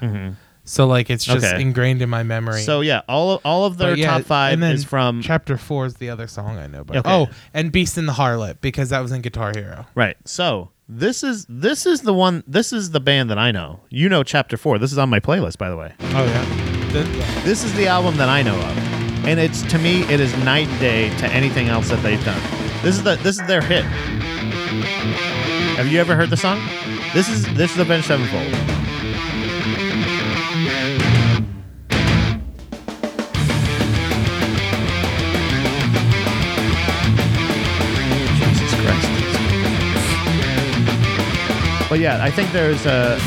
S2: So like, it's just
S1: Mm-hmm. Okay.
S2: ingrained in my memory.
S1: So yeah, all of, all of
S2: But
S1: their
S2: yeah,
S1: top five
S2: and then
S1: is from
S2: chapter four is the other song I know. But
S1: Okay.
S2: oh, and Beast in the Harlot because that was in Guitar Hero.
S1: right. So this is this is the one. This is the band that I know. You know, Chapter Four. This is on my playlist, by the way.
S2: Oh yeah, The-
S1: This is the album that I know of, and it's to me it is night and day to anything else that they've done. This is the this is their hit. Have you ever heard the song? This is this is Avenged Sevenfold. But yeah, I think there's a.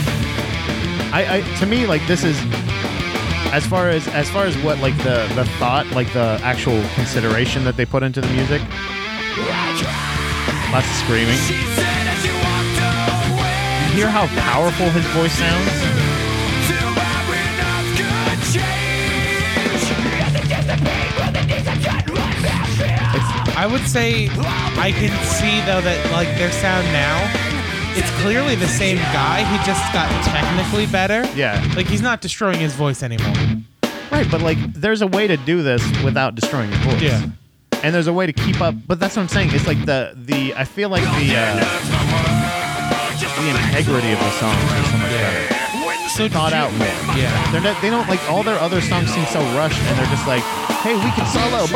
S1: I, I to me like this is as far as as far as what like the the thought like the actual consideration that they put into the music. Lots of screaming. You hear how powerful his voice sounds?
S2: I would say I can see though that like their sound now, it's clearly the same guy. He just got technically better.
S1: Yeah,
S2: Like he's not destroying his voice anymore.
S1: right. But like, there's a way to do this without destroying your voice.
S2: Yeah.
S1: and there's a way to keep up. But that's what I'm saying. It's like the the I feel like the uh, the integrity of the song is so much better.
S2: So
S1: Thought
S2: did you-
S1: out more.
S2: Yeah.
S1: They're not, they don't like all their other songs seem so rushed, and they're just like, hey, we can solo.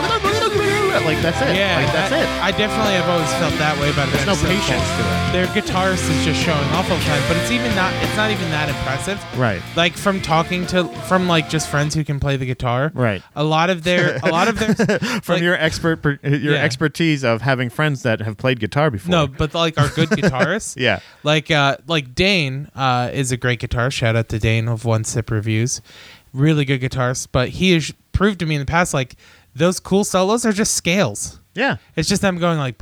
S1: Like that's it.
S2: Yeah.
S1: like that's
S2: I,
S1: it.
S2: I definitely have always felt that way about
S1: There's no patience to it.
S2: Their guitarist is just showing off all the time, but it's even not. It's not even that impressive.
S1: Right.
S2: Like from talking to from like just friends who can play the guitar.
S1: Right.
S2: A lot of their a lot of their
S1: From
S2: like-
S1: your expert per, uh, your
S2: Yeah.
S1: expertise of having friends that have played guitar before.
S2: No, but like our good guitarists.
S1: Yeah.
S2: Like uh like Dane uh is a great guitarist. Shout out to Dane of One Sip Reviews. Really good guitarist, but he has proved to me in the past like those cool solos are just scales.
S1: Yeah.
S2: It's just them going like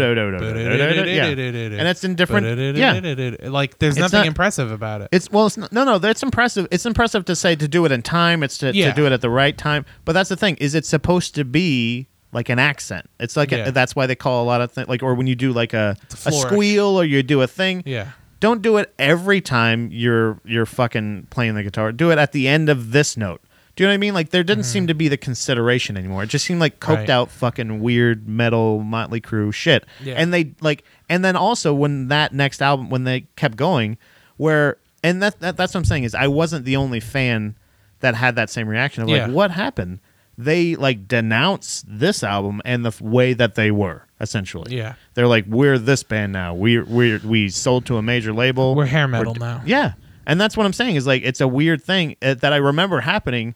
S1: Yeah. And that's in different- yeah.
S2: Like there's
S1: It's
S2: nothing
S1: not-
S2: impressive about it.
S1: It's well, it's not, no, no. That's impressive. It's impressive to say to do it in time. It's to,
S2: Yeah.
S1: to do it at the right time. But that's the thing: is it supposed to be like an accent? It's like a-
S2: Yeah.
S1: that's why they call a lot of things like, or when you do like a
S2: It's a
S1: a,
S2: flourish.
S1: squeal or you do a thing.
S2: Yeah.
S1: Don't do it every time you're you're fucking playing the guitar. Do it at the end of this note. Do you know what I mean? Like there didn't seem to be the consideration anymore. It just seemed like coked
S2: Mm. Right.
S1: out fucking weird metal Motley Crue shit.
S2: Yeah.
S1: And they like and then also when that next album when they kept going where and that, that that's what I'm saying is I wasn't the only fan that had that same reaction of like
S2: Yeah.
S1: what happened? They like denounce this album and the f- way that they were essentially.
S2: Yeah.
S1: They're like we're this band now. We we we sold to a major label.
S2: We're hair metal now.
S1: Yeah. And that's what I'm saying is like it's a weird thing uh, that I remember happening.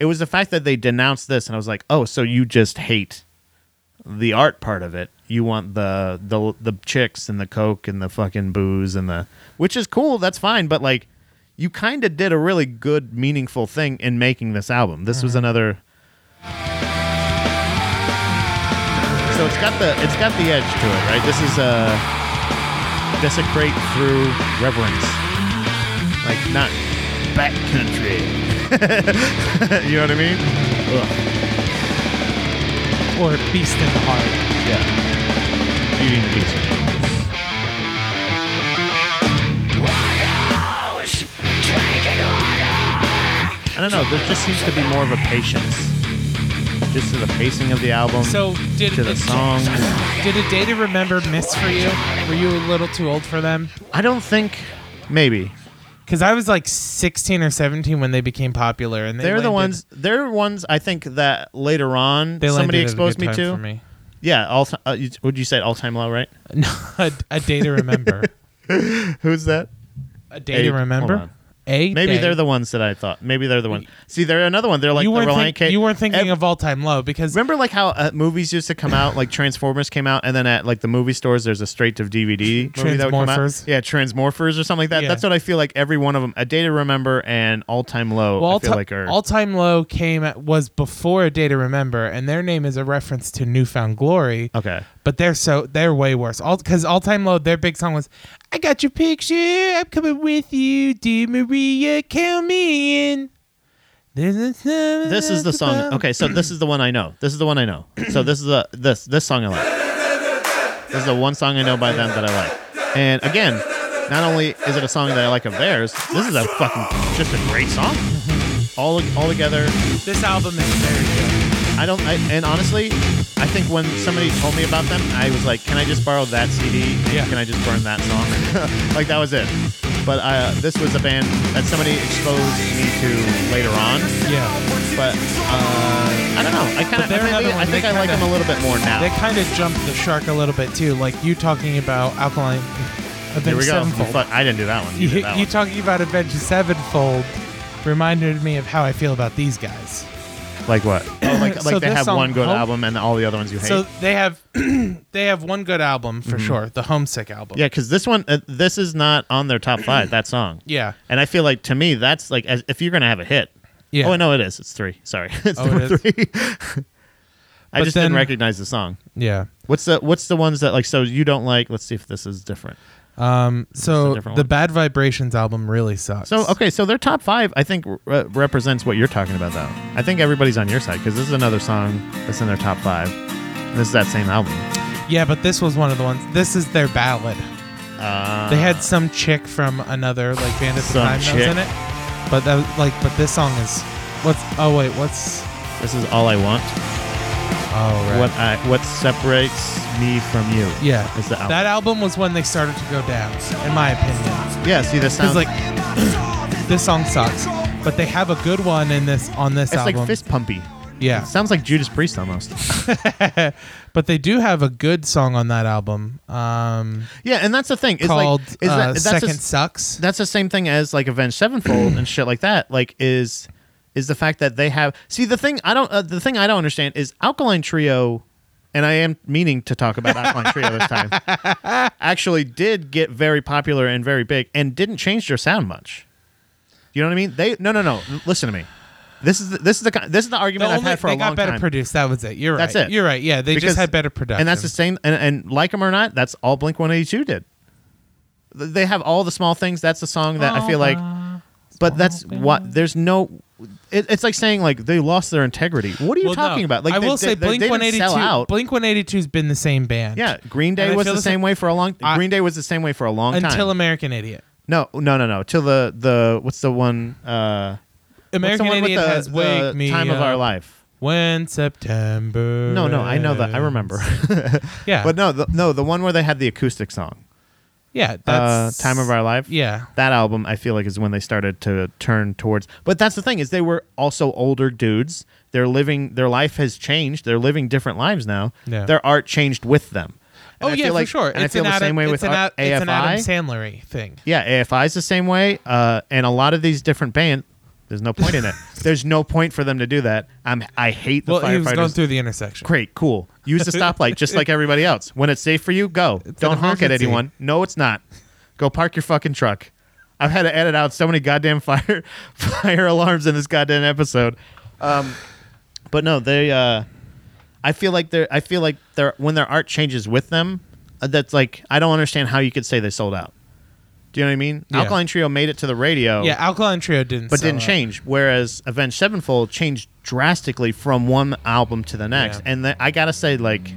S1: It was the fact that they denounced this and I was like, "Oh, so you just hate the art part of it. You want the the the chicks and the coke and the fucking booze and the which is cool, that's fine, but like you kind of did a really good meaningful thing in making this album. This
S2: Mm-hmm.
S1: was another So it's got the it's got the edge to it, right? This is uh, desecrate through reverence, like not backcountry. you know what I mean? Ugh.
S2: Or Beast in the Heart.
S1: Yeah. Beauty and the Beast. I don't know. There just seems to be more of a patience, just to the pacing of the album,
S2: So did
S1: to the
S2: it-
S1: songs.
S2: Did a day to remember miss for you? Were you a little too old for them?
S1: I don't think. Maybe
S2: Because I was like 16 or 17 when they became popular, and they
S1: They're the
S2: landed-
S1: ones. They're ones I think that later on
S2: they landed
S1: somebody
S2: at a
S1: exposed
S2: good
S1: me
S2: time
S1: to.
S2: For me.
S1: Yeah, all ti- uh, you, would you say all time low? Right?
S2: No, a, a day to remember.
S1: Who's that?
S2: A day to
S1: A- hold
S2: remember.
S1: on.
S2: A
S1: Maybe
S2: day.
S1: they're the ones that I thought. Maybe they're the one. See, they're another one. They're like
S2: you
S1: the
S2: weren't
S1: Reliant K.
S2: think- you weren't thinking
S1: Ev-
S2: of all time low because
S1: Remember, like how uh, movies used to come out, like Transformers came out, and then at like the movie stores, there's a straight to DVD movie that would come out.
S2: Transmorphers.
S1: Yeah, Transmorphers or something like that.
S2: Yeah.
S1: That's what I feel like. Every one of them, A Day to Remember and All Time Low.
S2: well, all,
S1: I feel
S2: Ti-
S1: like are
S2: all time low came at, was before a day to remember, and their name is a reference to Newfound Glory.
S1: okay.
S2: But they're so they're way worse. All because all time low, their big song was "I got your picture, I'm coming with you, dear Maria, count me in."
S1: This
S2: This
S1: is the song. Okay, so this is the one I know. This is the one I know. So this is the this this song I like. This is the one song I know by them that I like. And again, not only is it a song that I like of theirs, this is a fucking just a great song. All all together,
S2: This album is very good.
S1: I don't. I, and honestly, I think when somebody told me about them, I was like, "Can I just borrow that CD? And
S2: Yeah.
S1: Can I just burn that song?" like that was it. But uh, this was a band that somebody exposed me to later on
S2: Yeah,
S1: but uh, I don't know. I kind
S2: But
S1: of
S2: they're another one.
S1: I think
S2: They
S1: I like
S2: kinda-
S1: them a little bit more now.
S2: they kind of jumped the shark a little bit too. Like you talking about Alkaline
S1: Here
S2: Avenged
S1: we go.
S2: Sevenfold.
S1: Fuck, I didn't do that one. You, did
S2: you,
S1: that
S2: you
S1: one.
S2: talking about Avenged Sevenfold reminded me of how I feel about these guys.
S1: Like what? Oh, like
S2: So
S1: like they
S2: this
S1: have
S2: song,
S1: one good
S2: Home-
S1: album and all the other ones you hate.
S2: So they have they have one good album for sure, the Homesick album.
S1: Mm-hmm. yeah, because this one, uh, this is not on their top five. That song.
S2: Yeah.
S1: And I feel like to me, that's like as, if you're gonna have a hit.
S2: Yeah.
S1: Oh no, it is. It's three. Sorry, it's
S2: Oh, it
S1: number
S2: is?
S1: three. I
S2: But
S1: just
S2: then-
S1: didn't recognize the song.
S2: Yeah.
S1: What's the What's the ones that like? So you don't like? Let's see if this is different.
S2: Um so the
S1: different one.
S2: Bad Vibrations album really sucks.
S1: So okay, so their top five, I think, re- uh, represents what you're talking about, though. I think everybody's on your side because this is another song that's in their top five. And this is that same album.
S2: Yeah, but this was one of the ones. This is their ballad.
S1: Uh,
S2: They had some chick from another like band at the
S1: Some
S2: time that was
S1: chick.
S2: in it. But that was, like but this song is what's oh wait, what's
S1: this is all I want.
S2: oh right.
S1: What I what separates me from you.
S2: yeah.
S1: is the album.
S2: That album was when they started to go down, in my opinion.
S1: yeah, see, this sounds
S2: Because like this song sucks. But they have a good one in this on this
S1: it's
S2: album.
S1: like fist pumpy.
S2: yeah.
S1: Sounds like Judas Priest almost.
S2: but they do have a good song on that album um,
S1: yeah, and that's the thing. Is
S2: called
S1: like, is
S2: uh,
S1: that, that's the
S2: Second
S1: s-
S2: Sucks.
S1: that's the same thing as like Avenged Sevenfold and shit like that. Like is is the fact that they have see the thing I don't uh, the thing I don't understand is Alkaline Trio, and I am meaning to talk about Alkaline Trio this time. Actually, did get very popular and very big, and didn't change their sound much. You know what I mean? They no no no. Listen to me. This is the, this is the ki- this is the
S2: The
S1: argument I've
S2: only-
S1: had for
S2: they
S1: a
S2: got
S1: long
S2: better
S1: time.
S2: produced. That was it. You're right.
S1: That's it.
S2: You're right. Yeah, they
S1: Because-
S2: just had better production.
S1: And that's the same. And, and like them or not, that's all Blink One Eighty Two did. Th- They have all the small things. That's the song that I feel like. But that's what there's no. It, it's like saying like they lost their integrity. What are you
S2: Well, no.
S1: talking about? Like
S2: I
S1: they,
S2: will
S1: they-
S2: say,
S1: they- they
S2: Blink
S1: didn't
S2: One Eighty
S1: sell
S2: Two.
S1: out.
S2: Blink One Eighty Two's been the same band.
S1: yeah, Green Day
S2: And I
S1: was
S2: feel
S1: the
S2: the
S1: same
S2: same-
S1: way for a long.
S2: I-
S1: Green Day was the same way for a long time.
S2: Until American Idiot.
S1: no, no, no, no. Till the the what's the one? Uh, what's the
S2: American
S1: one with
S2: Idiot
S1: the,
S2: has Wake
S1: the
S2: Me
S1: time of our
S2: Up
S1: life.
S2: When September.
S1: No, no, I know that. I remember.
S2: ends. Yeah,
S1: but no, the, no, the one where they had the acoustic song.
S2: yeah,
S1: uh,
S2: that's
S1: time of our life
S2: Yeah.
S1: that album i feel like is when they started to turn towards but that's the thing is they were also older dudes they're living their life has changed they're living different lives now
S2: Yeah.
S1: their art changed with them And
S2: Oh
S1: I
S2: yeah,
S1: feel like-
S2: for sure.
S1: and i
S2: it's
S1: feel
S2: an
S1: the
S2: Adam,
S1: same way
S2: it's
S1: with
S2: an,
S1: Ad-
S2: Ad- It's an Adam
S1: AFI.
S2: Sandler thing.
S1: yeah afi's the same way uh, and a lot of these different band there's no point in it there's no point for them to do that i'm i hate the
S2: Well, he was going
S1: firefighters
S2: through the intersection.
S1: Great, cool. Use the stoplight just like everybody else. When it's safe for you, go. Don't
S2: an
S1: honk at
S2: emergency.
S1: anyone. No, it's not. Go park your fucking truck. I've had to edit out so many goddamn fire fire alarms in this goddamn episode. Um, but no, they. Uh, I feel like they're. I feel like they're when their art changes with them. uh, That's like I don't understand how you could say they sold out. Do you know what I mean?
S2: Yeah.
S1: Alkaline Trio made it to the radio
S2: Yeah, Alkaline Trio didn't.
S1: but
S2: sell
S1: didn't
S2: out.
S1: change. Whereas Avenged Sevenfold changed drastically from one album to the next,
S2: Yeah.
S1: and th- I gotta say, like,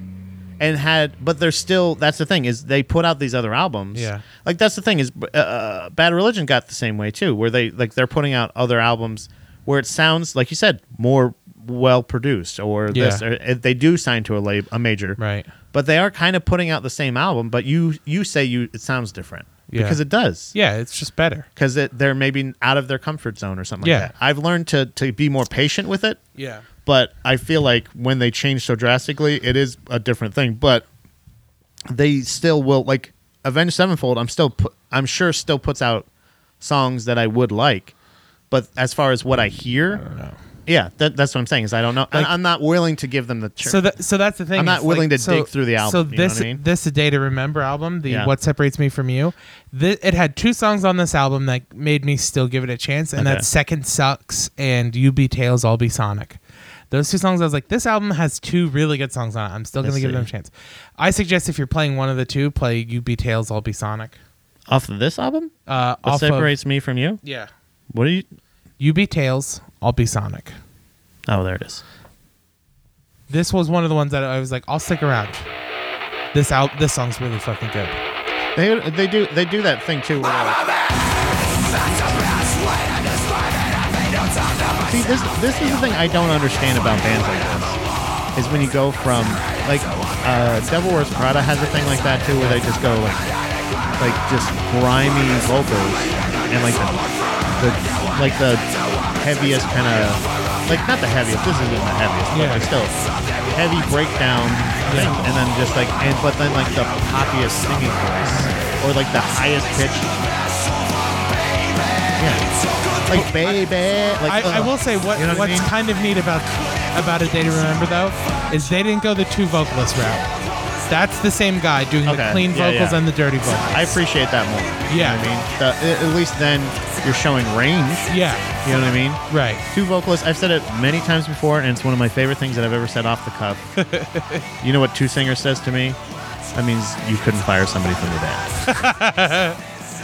S1: and had, but they're still. That's the thing is they put out these other albums.
S2: Yeah.
S1: like that's the thing is uh, Bad Religion got the same way too, where they like they're putting out other albums where it sounds like you said more well produced or this
S2: Yeah.
S1: or uh, they do sign to a lab a major
S2: Right.
S1: but they are kind of putting out the same album but you you say you it sounds different
S2: Yeah.
S1: because it does
S2: Yeah, it's just better.
S1: because they're maybe out of their comfort zone or something
S2: Yeah.
S1: like that. I've learned to, to be more patient with it,
S2: Yeah.
S1: but I feel like when they change so drastically, it is a different thing. But they still will like Avenged Sevenfold. I'm still pu- I'm sure still puts out songs that I would like, but as far as what I hear, yeah, that, that's what I'm saying is I don't know.
S2: Like-
S1: I, am not willing to give them the. Ch-
S2: So that so that's the thing.
S1: I'm not
S2: is,
S1: willing
S2: like,
S1: to
S2: so-
S1: dig through the album,
S2: So
S1: you know what
S2: this
S1: I mean?
S2: this a day to remember album, the
S1: Yeah.
S2: what separates me from you. Th- it had two songs on this album that made me still give it a chance, and
S1: Okay.
S2: that's second sucks and you be tails, I'll be Sonic. Those two songs, I was like, this album has two really good songs on it. I'm still gonna give
S1: see.
S2: them a chance. I suggest if you're playing one of the two, play you be tails, I'll be Sonic.
S1: off of this album,
S2: Uh,
S1: what
S2: off of-
S1: separates me from you?
S2: yeah,
S1: What do you?
S2: you be tails, I'll be Sonic.
S1: Oh, there it is.
S2: This was one of the ones that I was like, I'll stick around. This out, this song's really fucking good.
S1: They they do they do that thing too. Where they're like- See, this this is the thing I don't understand about bands like this is when you go from like uh, Devil Wears Prada has a thing like that too, where they just go like like just grimy vocals and like the, the like the heaviest kind of like not the heaviest. This isn't the heaviest, but
S2: Yeah.
S1: like still heavy breakdown, thing, and then just like and but then like the poppiest singing voice or like the highest pitch. Yeah. like baby. Like,
S2: I, I
S1: ugh.
S2: will say what
S1: You know what I
S2: what's
S1: mean?
S2: kind of neat about about a day to remember though is they didn't go the two vocalist route. That's the same guy doing
S1: Okay,
S2: the clean
S1: yeah,
S2: vocals
S1: yeah.
S2: and the dirty vocals.
S1: I appreciate that more. You
S2: Yeah.
S1: know what I mean, The- at least then you're showing range.
S2: Yeah,
S1: You know what I mean?
S2: right.
S1: Two vocalists. I've said it many times before, and it's one of my favorite things that I've ever said off the cuff. you know what two singers says to me? That means you couldn't fire somebody from your band.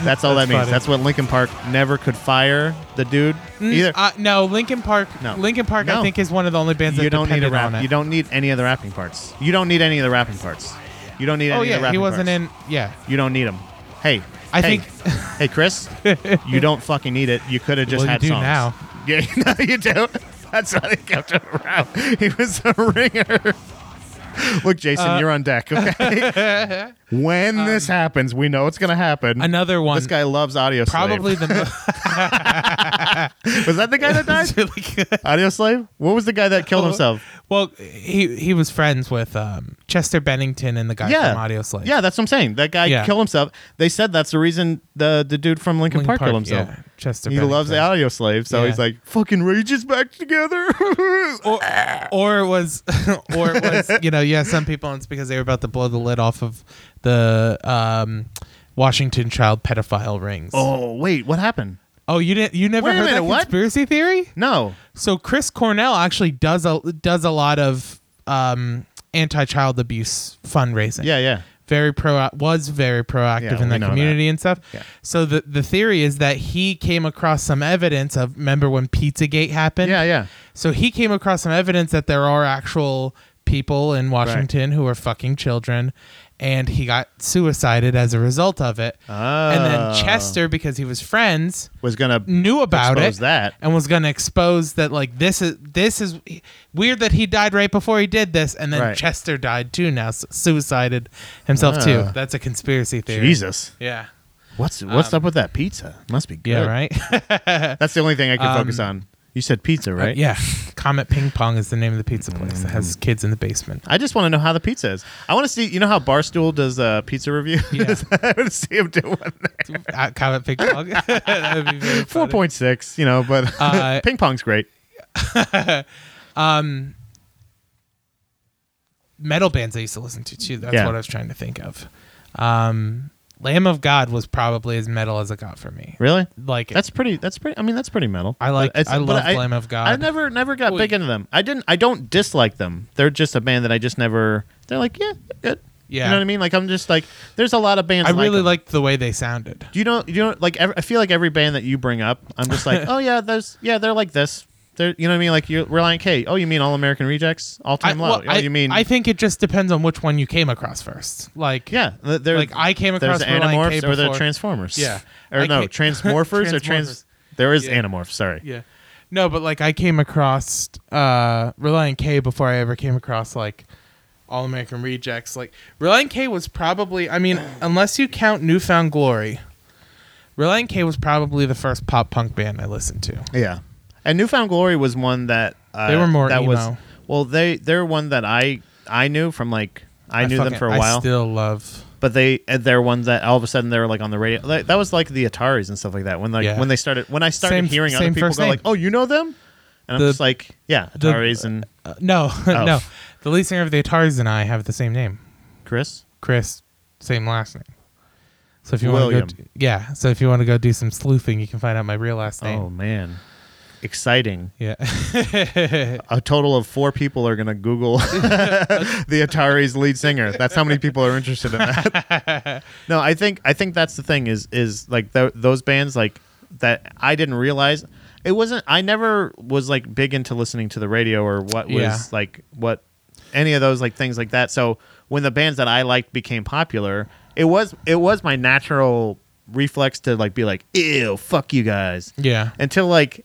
S1: That's all
S2: That's
S1: that means.
S2: funny.
S1: That's what Linkin Park never could fire the dude either.
S2: Uh, no, Lincoln Park.
S1: No.
S2: Lincoln Park. I
S1: No.
S2: think is one of the only bands
S1: you
S2: that
S1: don't need a
S2: depended
S1: rap.
S2: on it.
S1: You don't need any of the rapping parts. You don't need any of the rapping parts. You don't need any
S2: oh
S1: of the
S2: yeah,
S1: rapping
S2: he wasn't
S1: parts.
S2: in. Yeah,
S1: You don't need them. Hey,
S2: I
S1: hey,
S2: think-
S1: hey, Chris, you don't fucking need it. You could have just
S2: Well, you
S1: had
S2: do
S1: songs.
S2: now.
S1: Yeah, you know you do. That's why they kept him around. He was a ringer. Look, Jason,
S2: Uh,
S1: you're on deck. Okay. when this happens, we know it's gonna happen.
S2: Um, another one.
S1: This guy loves Audio
S2: probably
S1: Slave.
S2: the most.
S1: was that the guy that died? Audio Slave? What was the guy that
S2: Oh,
S1: killed himself?
S2: well, he he was friends with um, Chester Bennington and the guy
S1: Yeah,
S2: from Audio Slave.
S1: Yeah, that's what I'm saying. That guy
S2: Yeah.
S1: killed himself. They said that's the reason the the dude from Lincoln,
S2: Linkin
S1: Park,
S2: Park,
S1: killed himself.
S2: yeah. Chester
S1: He loves the
S2: Bennington.
S1: audio slave, so
S2: Yeah.
S1: he's like, "Fucking rages back together."
S2: or, or it was or it was you know yeah some people it's because they were about to blow the lid off of the um Washington child pedophile rings.
S1: oh wait, what happened?
S2: Oh, you didn't you never
S1: Wait a
S2: heard
S1: minute,
S2: that
S1: what?
S2: conspiracy theory?
S1: No,
S2: So Chris Cornell actually does a does a lot of um anti-child abuse fundraising.
S1: yeah, yeah.
S2: Very pro was very proactive
S1: Yeah,
S2: in
S1: we
S2: that
S1: know
S2: community and stuff.
S1: Yeah.
S2: So the the theory is that he came across some evidence of remember when Pizzagate happened?
S1: Yeah, yeah.
S2: So he came across some evidence that there are actual people in Washington who are fucking children, and he got suicided as a result of it. And
S1: Oh.
S2: then Chester, because he was friends,
S1: Was gonna
S2: knew about
S1: expose
S2: it
S1: that.
S2: and was going to expose that like this is this is weird that he died right before he did this, and then
S1: Right.
S2: Chester died too now, su- suicided himself
S1: Ah.
S2: too. That's a conspiracy theory.
S1: Jesus, Um,
S2: Yeah.
S1: what's what's up with that pizza? Must be good.
S2: Yeah. Right.
S1: That's the only thing I can focus Um, uh, on. You said pizza, right? Mm.
S2: yeah. Comet Ping Pong is the name of the pizza place that has kids in the basement.
S1: I just want to know how the pizza is. I want to see. You know how Barstool does uh, pizza review?
S2: Yeah.
S1: I want to see him do one. there.
S2: at Comet Ping Pong. that would be very
S1: Four
S2: funny.
S1: point six, you know, but
S2: Uh,
S1: ping pong's great.
S2: metal bands I used to listen to too. That's
S1: Yeah.
S2: what I was trying to think of. Um, Lamb of God was probably as metal as it got for me.
S1: Really?
S2: Like
S1: That's pretty. That's pretty. I mean, that's pretty metal.
S2: I like-
S1: But it's-
S2: I
S1: but
S2: love Lamb of God.
S1: I never, never got
S2: Well,
S1: big into them. I didn't. I don't dislike them. They're just a band that I just never. They're like, yeah, they're good.
S2: Yeah.
S1: You know what I mean? Like, I'm just like, there's a lot of bands.
S2: I really
S1: them.
S2: liked the way they sounded.
S1: Do you know? You know, like, ev I feel like every band that you bring up, I'm just like, oh yeah, there's yeah, they're like this. They're, you know what I mean? Like you're Reliant K. Oh, you mean All American Rejects, All
S2: I,
S1: Time
S2: well,
S1: Low. oh,
S2: I-
S1: you mean
S2: I think it just depends on which one you came across first. Like
S1: yeah? th- They're,
S2: Like, I came across
S1: there's
S2: Reliant
S1: Animorphs
S2: K
S1: or the
S2: before.
S1: Transformers.
S2: Yeah.
S1: or
S2: I
S1: no
S2: ca-
S1: Transmorphers or
S2: Transmorphers.
S1: Trans. There is
S2: Yeah.
S1: Animorphs. Sorry.
S2: yeah, no, but like I came across uh, Reliant K before I ever came across like All American Rejects. Like Reliant K was probably, I mean, unless you count Newfound Glory, Reliant K was probably the first pop punk band I listened to.
S1: Yeah, and Newfound Glory was one that uh,
S2: They were more
S1: that was
S2: emo.
S1: well they they're one that I I knew from like I, knew them
S2: fucking-
S1: for a
S2: I
S1: while,
S2: still love.
S1: but they uh, they're one that all of a sudden they were like on the radio. Like, that was like the Ataris and stuff like that. When like
S2: Yeah.
S1: when they started when I started
S2: Same-
S1: hearing other
S2: same
S1: people
S2: first
S1: go like,
S2: name.
S1: oh, you know them, and
S2: The-
S1: I'm just like, yeah,
S2: the-
S1: Ataris and
S2: Uh, no,
S1: Oh.
S2: no. The lead singer of the Ataris and I have the same name,
S1: Chris.
S2: Chris. Same last name. So if you want to go,
S1: William.
S2: d- yeah. So if you want to go do some sleuthing, you can find out my real last name.
S1: Oh man, exciting.
S2: Yeah,
S1: A total of four people are gonna Google the Atari's lead singer. That's how many people are interested in that. no, I think I think that's the thing is is like tho- those bands like that I didn't realize it wasn't. I never was like big into listening to the radio or what was
S2: Yeah.
S1: like what any of those like things like that. So when the bands that I liked became popular, it was it was my natural reflex to like be like ew fuck you guys
S2: yeah.
S1: until like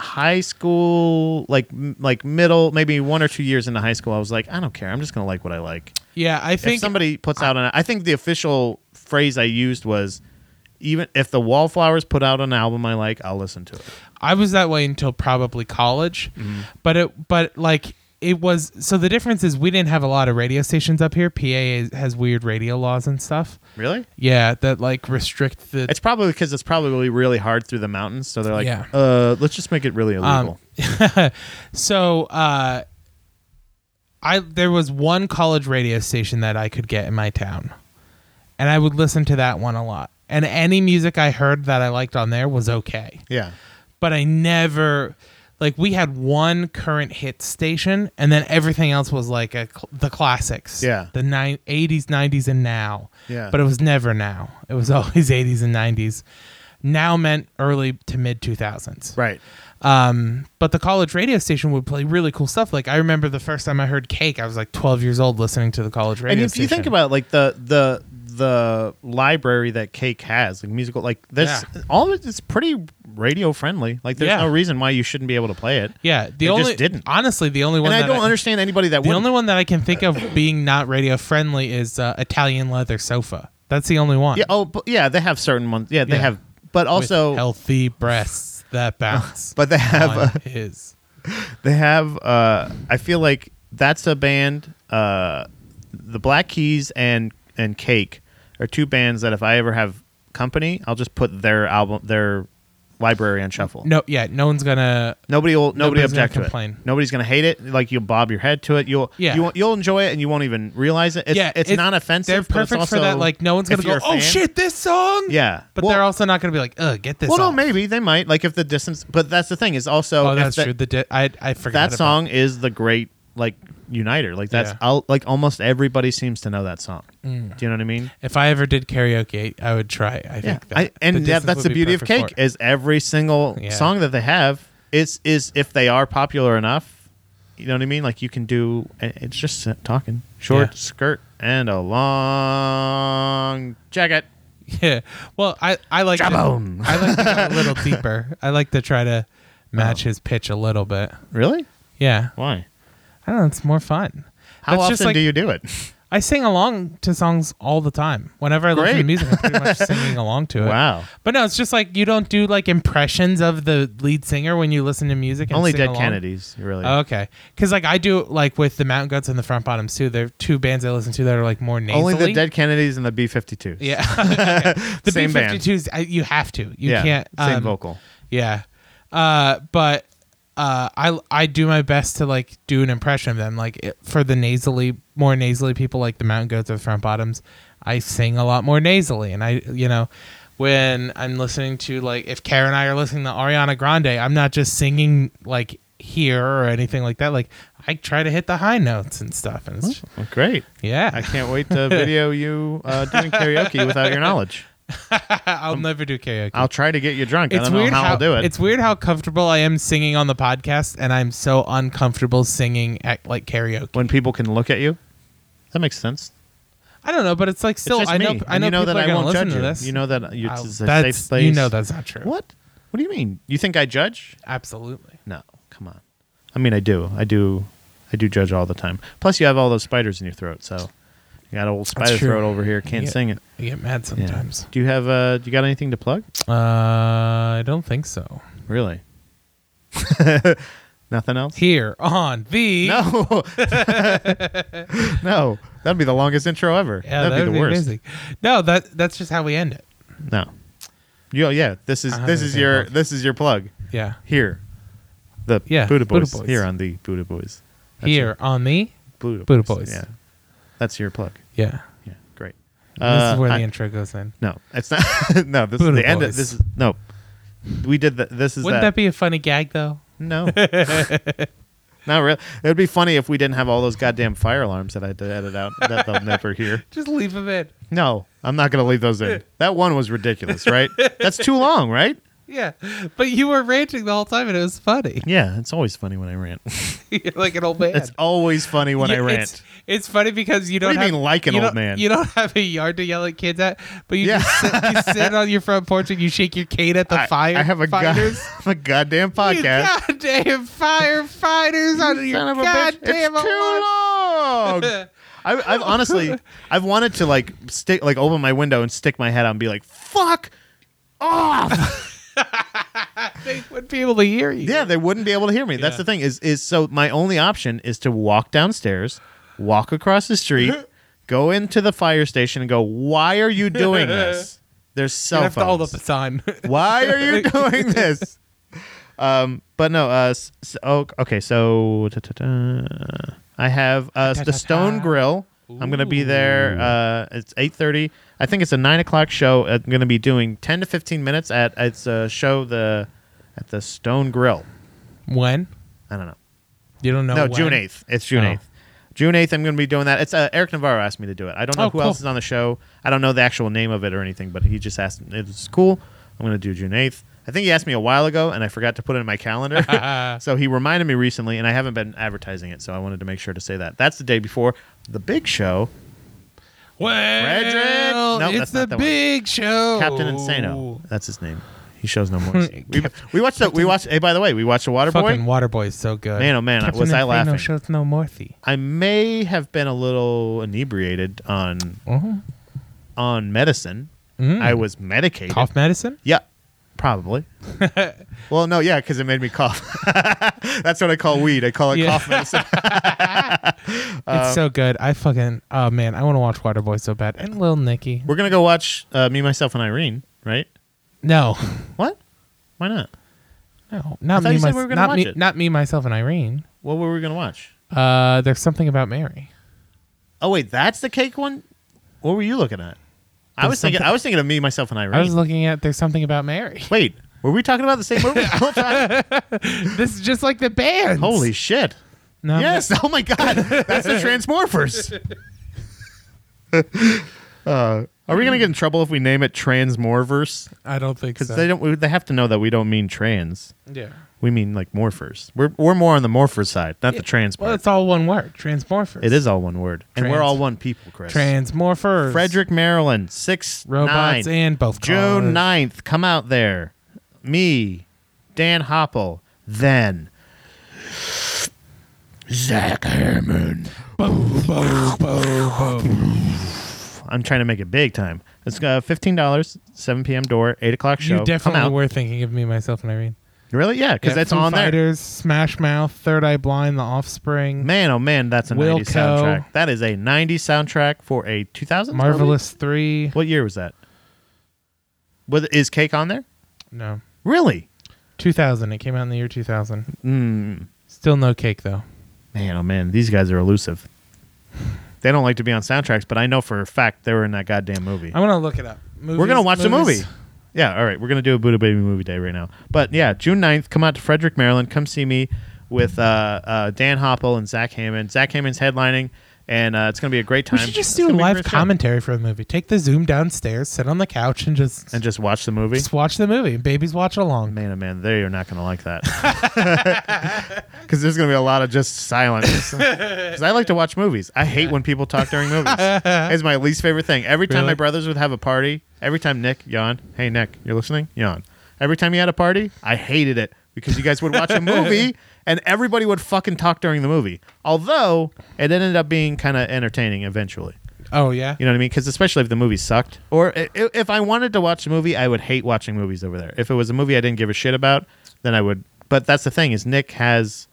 S1: high school like m- like middle maybe one or two years into high school i was like i don't care i'm just gonna like what i like
S2: Yeah, I
S1: if
S2: think
S1: somebody puts out an i think the official phrase i used was even if the wallflowers put out an album i like i'll listen to it
S2: I was that way until probably college, but it but like it was so the difference is we didn't have a lot of radio stations up here. PA is, has weird radio laws and stuff.
S1: Really?
S2: Yeah, that like restrict the.
S1: It's probably because it's probably really hard through the mountains, so they're like,
S2: Yeah. Um,
S1: uh, let's just make it really illegal.
S2: so uh, I there was one college radio station that I could get in my town, and I would listen to that one a lot. And any music I heard that I liked on there was okay.
S1: yeah.
S2: but I never like we had one current hit station and then everything else was like a cl- the classics.
S1: Yeah.
S2: The nine, 80s, 90s and now.
S1: Yeah.
S2: But it was never now. It was always 80s and 90s. Now meant early to mid 2000s.
S1: Right.
S2: Um but the college radio station would play really cool stuff like I remember the first time I heard Cake I was like 12 years old listening to the college radio
S1: and if
S2: station.
S1: you think about like the the the library that cake has like musical like this
S2: Yeah.
S1: all of it is pretty radio friendly like there's
S2: Yeah.
S1: no reason why you shouldn't be able to play it
S2: Yeah, the
S1: It just
S2: only
S1: didn't.
S2: honestly the only one
S1: and i
S2: that
S1: don't understand anybody that
S2: The
S1: would
S2: only one that I can think of being not radio friendly is uh, Italian leather sofa. That's the only one.
S1: yeah oh but yeah they have certain ones yeah they
S2: Yeah.
S1: have but
S2: With
S1: also
S2: healthy breasts that bounce.
S1: But they have
S2: on
S1: a-
S2: his.
S1: they have uh i feel like that's a band uh the black keys and and cake are two bands that if i ever have company i'll just put their album their library on shuffle
S2: No, yeah, no one's gonna.
S1: Nobody will. Nobody
S2: Nobody's gonna
S1: object to
S2: complain.
S1: it. Nobody's gonna hate it. Like you'll bob your head to it. You'll
S2: Yeah.
S1: You, won't- you'll enjoy it and you won't even realize it. It's,
S2: yeah,
S1: it's not offensive.
S2: They're
S1: but it's
S2: perfect for
S1: also-
S2: that. Like no one's
S1: if
S2: gonna
S1: you're
S2: go.
S1: a
S2: Oh
S1: fan-
S2: shit, this song.
S1: Yeah.
S2: but
S1: Well-
S2: they're also not gonna be like, ugh, get this.
S1: Well, no,
S2: off."
S1: maybe they might. Like if the distance, but that's the thing is also
S2: Oh,
S1: if
S2: that's
S1: that,
S2: true. The di- I I forgot
S1: That
S2: about-
S1: song is the great like uniter. Like that's
S2: Yeah. Mm.
S1: I'll, like almost everybody seems to know that song. Do you know what I mean?
S2: If I ever did karaoke, I would try. I
S1: Yeah.
S2: think that.
S1: I, and
S2: The
S1: that-
S2: Distance
S1: that's
S2: would
S1: the
S2: be
S1: beauty of
S2: perfect
S1: Cake
S2: for it.
S1: is every single
S2: Yeah.
S1: song that they have is is if they are popular enough. You know what I mean? Like you can do. and It's just talking. Short
S2: Yeah.
S1: skirt and a long jacket.
S2: Yeah. Well, I I like to-
S1: Jawbone.
S2: I like to go a little deeper. I like to try to
S1: Oh.
S2: match his pitch a little bit.
S1: Really?
S2: Yeah.
S1: Why?
S2: I don't know. It's more fun.
S1: How
S2: That's
S1: often
S2: just like-
S1: do you do it?
S2: I sing along to songs all the time. Whenever I listen to
S1: Great.
S2: music, I'm pretty much singing along to it.
S1: Wow.
S2: But no, it's just like you don't do like impressions of the lead singer when you listen to music. And
S1: Only
S2: sing
S1: Dead
S2: along.
S1: Kennedys. Really.
S2: Oh, okay, because like I do like with the Mountain Goats and the Front Bottoms too. They're two bands I listen to that are like more nasally.
S1: Only the Dead Kennedys and the B 52s.
S2: Yeah. Okay. The
S1: Same band.
S2: B52s. I, you have to. You
S1: yeah.
S2: can't.
S1: Same
S2: um,
S1: vocal.
S2: Yeah. Uh, but uh, I I do my best to like do an impression of them. Like it, for the nasally, more nasally people, like the mountain goats or the front bottoms, I sing a lot more nasally, and I you know. When I'm listening to like if Karen and I are listening to Ariana Grande, I'm not just singing like here or anything like that. Like I try to hit the high notes and stuff, and it's,
S1: Well, great. I
S2: yeah,
S1: can't wait to video you uh, doing karaoke without your knowledge.
S2: I'll never do karaoke.
S1: I'll try to get you drunk. I don't know how, I'll do it.
S2: It's weird how comfortable I am singing on the podcast, and I'm so uncomfortable singing at like karaoke.
S1: when people can look at you. That makes sense.
S2: I don't know, but it's like still
S1: it's just
S2: I know
S1: me.
S2: I know,
S1: you know
S2: people
S1: that
S2: are
S1: I
S2: gonna
S1: won't
S2: listen
S1: judge
S2: to
S1: you.
S2: this.
S1: You know that you
S2: I'll-
S1: it's a
S2: that's-
S1: safe space.
S2: You know that's not true.
S1: What? What do you mean? You think I judge?
S2: Absolutely.
S1: No, come on. I mean, I do. I do. I do judge all the time. Plus, you have all those spiders in your throat, so you got old spider
S2: true.
S1: throat over here. Can't
S2: Yeah.
S1: sing it.
S2: I get mad
S1: Yeah.
S2: sometimes.
S1: Do you have? Uh, do you got anything to plug?
S2: Uh, I don't think so.
S1: Really? Nothing else?
S2: Here on the
S1: No. no. That'd be the longest intro ever.
S2: yeah,
S1: that'd, be the worst.
S2: amazing. No, that that's just how we end it.
S1: No. Yeah, yeah. This is
S2: I don't
S1: this
S2: have
S1: is
S2: anything
S1: your
S2: else.
S1: this is your plug
S2: Yeah.
S1: here. The
S2: Yeah,
S1: Buddha,
S2: Buddha
S1: Boys.
S2: Boys.
S1: here on the Buddha Boys. That's
S2: Here
S1: your-
S2: on the
S1: Buddha,
S2: Buddha
S1: Boys.
S2: Boys.
S1: Yeah, that's your plug.
S2: yeah.
S1: Yeah, great.
S2: this
S1: Uh,
S2: is where
S1: I-
S2: the intro goes in.
S1: No, it's not. no, this is
S2: Buddha
S1: the end. Of,
S2: Boys.
S1: this is no. We did that. This is
S2: Wouldn't that be a funny gag though?
S1: No. Not really. It would be funny if we didn't have all those goddamn fire alarms that I had to edit out that they'll never hear.
S2: Just leave them in.
S1: No, I'm not going to leave those in. That one was ridiculous, right? That's too long, right?
S2: Yeah, but you were ranting the whole time, and it was funny.
S1: Yeah, it's always funny when I rant.
S2: You're like an old man.
S1: It's always funny when
S2: You-
S1: I rant.
S2: It's, it's funny because you don't
S1: do you
S2: have,
S1: mean, like an
S2: you
S1: old
S2: don't-
S1: man?
S2: You don't have a yard to yell at kids at, but you
S1: Yeah.
S2: just sit, you sit on your front porch and you shake your cane at the
S1: I,
S2: fire.
S1: I have a, god, I
S2: fighters.
S1: have a goddamn
S2: You
S1: podcast.
S2: goddamn firefighters on your
S1: Son of a bitch.
S2: goddamn
S1: It's too
S2: alarm.
S1: long. I, I've honestly, I've wanted to like stick, like open my window and stick my head out and be like, "Fuck off."
S2: they would be able to hear you.
S1: Yeah, they wouldn't be able to hear me. That's
S2: Yeah.
S1: the thing. Is is so my only option is to walk downstairs, walk across the street, go into the fire station, and go. Why are you doing this? There's
S2: You
S1: cell
S2: have to hold up
S1: phones.
S2: a sign.
S1: Why are you doing this? Um, but no. Uh, s- s- oh, okay. So ta-ta-ta. I have uh, the Stone Grill. I'm gonna be there. Uh, it's 8:30. I think it's a nine o'clock show. I'm gonna be doing 10 to 15 minutes at it's a show the at the Stone Grill.
S2: when?
S1: I don't know.
S2: You don't know.
S1: No,
S2: when?
S1: June eighth. It's June
S2: Oh.
S1: eighth. June eighth. I'm going to be doing that. It's uh, Eric Navarro asked me to do it. I don't know
S2: Oh,
S1: who else
S2: cool.
S1: is on the show. I don't know the actual name of it or anything, but he just asked. It's cool. I'm going to do June eighth. I think he asked me a while ago, and I forgot to put it in my calendar. so he reminded me recently, and I haven't been advertising it, so I wanted to make sure to say that. That's the day before the big show.
S2: Well,
S1: Frederick? No,
S2: it's
S1: that's
S2: the
S1: not the one.
S2: big show.
S1: Captain Insano. That's his name. He shows no more. we,
S2: Oh. Cap-
S1: we watched. The, we watched. Hey, by the way, we watched the Water
S2: Fucking
S1: Boy.
S2: Waterboy is so good.
S1: Man, oh man,
S2: Captain
S1: was I
S2: Insano
S1: laughing.
S2: Shows no Morphy.
S1: I may have been a little inebriated on
S2: Oh.
S1: on medicine. I was medicated.
S2: Cough medicine.
S1: Yeah, probably. well, no, yeah, because it made me cough. That's what I call weed. I call it
S2: Yeah.
S1: cough medicine. Uh,
S2: it's so good. I fucking. Oh man, I want to watch Waterboy so bad. And Lil Nicky.
S1: We're gonna go watch uh, me, myself, and Irene. Right?
S2: No,
S1: What? Why not?
S2: no, not
S1: thought
S2: me.
S1: you said
S2: mys-
S1: we were gonna
S2: not
S1: watch
S2: me.
S1: it.
S2: Not me. Myself and Irene.
S1: What were we gonna watch?
S2: Uh, there's something about Mary.
S1: Oh wait, that's the cake one. What were you looking at? I
S2: There's
S1: was thinking.
S2: something-
S1: I was thinking of me, myself, and Irene.
S2: I was looking at there's something about Mary.
S1: wait, were we talking about the same movie? the whole time?
S2: this is just like the band.
S1: Holy shit!
S2: no, I'm
S1: yes. Oh my god, that's the Transmorphers. uh, are we gonna get in trouble if we name it Transmorverse?
S2: not- I don't think
S1: Because
S2: so.
S1: they don't. we- They have to know that we don't mean trans.
S2: yeah.
S1: We mean like morphers. We're we're more on the morpher side, not the trans
S2: Well,
S1: part.
S2: it's all one word. Transmorphers.
S1: it is all one word, and we're
S2: Trans.
S1: all one people, Chris.
S2: Transmorphers.
S1: Frederick, Maryland, six
S2: Robots
S1: nine.
S2: and both
S1: June
S2: cars.
S1: 9th, Come out there. Me, Dan Hopple, then Zach Hammond. I'm trying to make it big time. It's uh, fifteen dollars, seven p.m. door, eight o'clock show.
S2: You
S1: Come out.
S2: definitely were thinking of me, myself, and Irene.
S1: Really? Yeah, because
S2: Yeah,
S1: that's
S2: Foo
S1: on there.
S2: Fighters, Smash Mouth, Third Eye Blind, The Offspring,
S1: Man, oh man, that's a
S2: Wilco.
S1: 90s soundtrack. That is a 90s soundtrack for a 2000s.
S2: Marvelous Three.
S1: movie? What year was that? Was, is Cake on there?
S2: No,
S1: Really?
S2: 2000. It came out in the year 2000. Mm. Still no cake though.
S1: Man, oh man, these guys are elusive. They don't like to be on soundtracks, but I know for a fact they were in that goddamn movie.
S2: I want to look it up. Movies,
S1: we're gonna watch
S2: movies.
S1: the movie. Yeah, all right. We're gonna do a Buddha Baby movie day right now. But yeah, June 9th, come out to Frederick, Maryland. Come see me with uh, uh, Dan Hopple and Zach Hammond. Zach Hammond's headlining, and uh, it's gonna be a great time.
S2: We should
S1: It's
S2: just do a
S1: gonna be
S2: live
S1: great show.
S2: commentary for the movie. Take the Zoom downstairs, sit on the couch, and just
S1: and just watch the movie.
S2: just watch the movie. Babies watch along.
S1: Man, oh man, they are not gonna like that. Because there's gonna be a lot of just silence. Because I like to watch movies. I hate when people talk during movies. It's my least favorite thing. Every time my
S2: Really?
S1: brothers would have a party, every time Nick yawn, hey Nick, you're listening, yawn. Every time you had a party, I hated it because you guys would watch a movie and everybody would fucking talk during the movie. Although it ended up being kind of entertaining eventually.
S2: Oh yeah.
S1: You know what I mean? Because especially if the movie sucked, or i- i- if I wanted to watch a movie, I would hate watching movies over there. If it was a movie I didn't give a shit about, then I would. But that's the thing is Nick has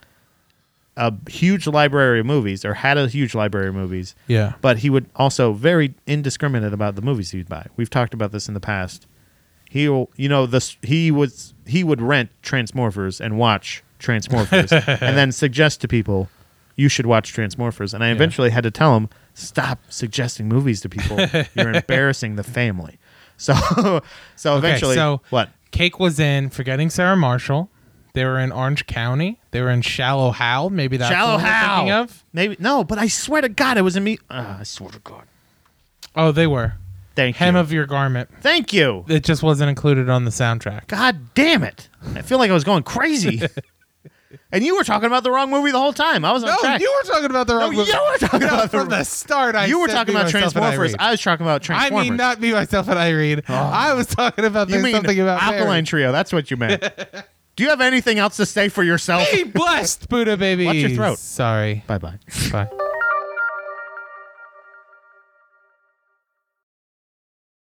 S1: a huge library of movies, or had a huge library of movies.
S2: Yeah.
S1: But he would also very indiscriminate about the movies he'd buy. We've talked about this in the past. He, will you know, this he was he would rent Transmorphers and watch Transmorphers, and then suggest to people, you should watch Transmorphers. And I eventually had to tell him, stop suggesting movies to people. You're embarrassing the family. So, so eventually,
S2: so
S1: what?
S2: Cake was in Forgetting Sarah Marshall. They were in Orange County. They were in Shallow Hal. Maybe that's
S1: Shallow
S2: what we're thinking
S1: Hal.
S2: of.
S1: Maybe no, but I swear to God, it was a me. Uh, I swear to God.
S2: Oh, they were.
S1: Thank
S2: Hem
S1: you.
S2: of your garment.
S1: Thank you.
S2: It just wasn't included on the soundtrack.
S1: God damn it. I feel like I was going crazy. and you were talking about the wrong movie the whole time. I was on track.
S2: were talking about the
S1: No, you Oh, were talking about the
S2: from the start. I
S1: You were
S2: said
S1: talking
S2: me,
S1: about
S2: myself, and
S1: Transmorphers.
S2: Irene.
S1: I was talking about
S2: I
S1: Transformers. Oh.
S2: mean, not me, myself, and Irene. I was talking about
S1: you
S2: there's
S1: mean
S2: something about
S1: Alkaline
S2: Mary.
S1: Trio. That's what you meant. Do you have anything else to say for yourself?
S2: Be blessed, Buddha baby.
S1: your throat.
S2: Sorry.
S1: Bye bye.
S2: Bye.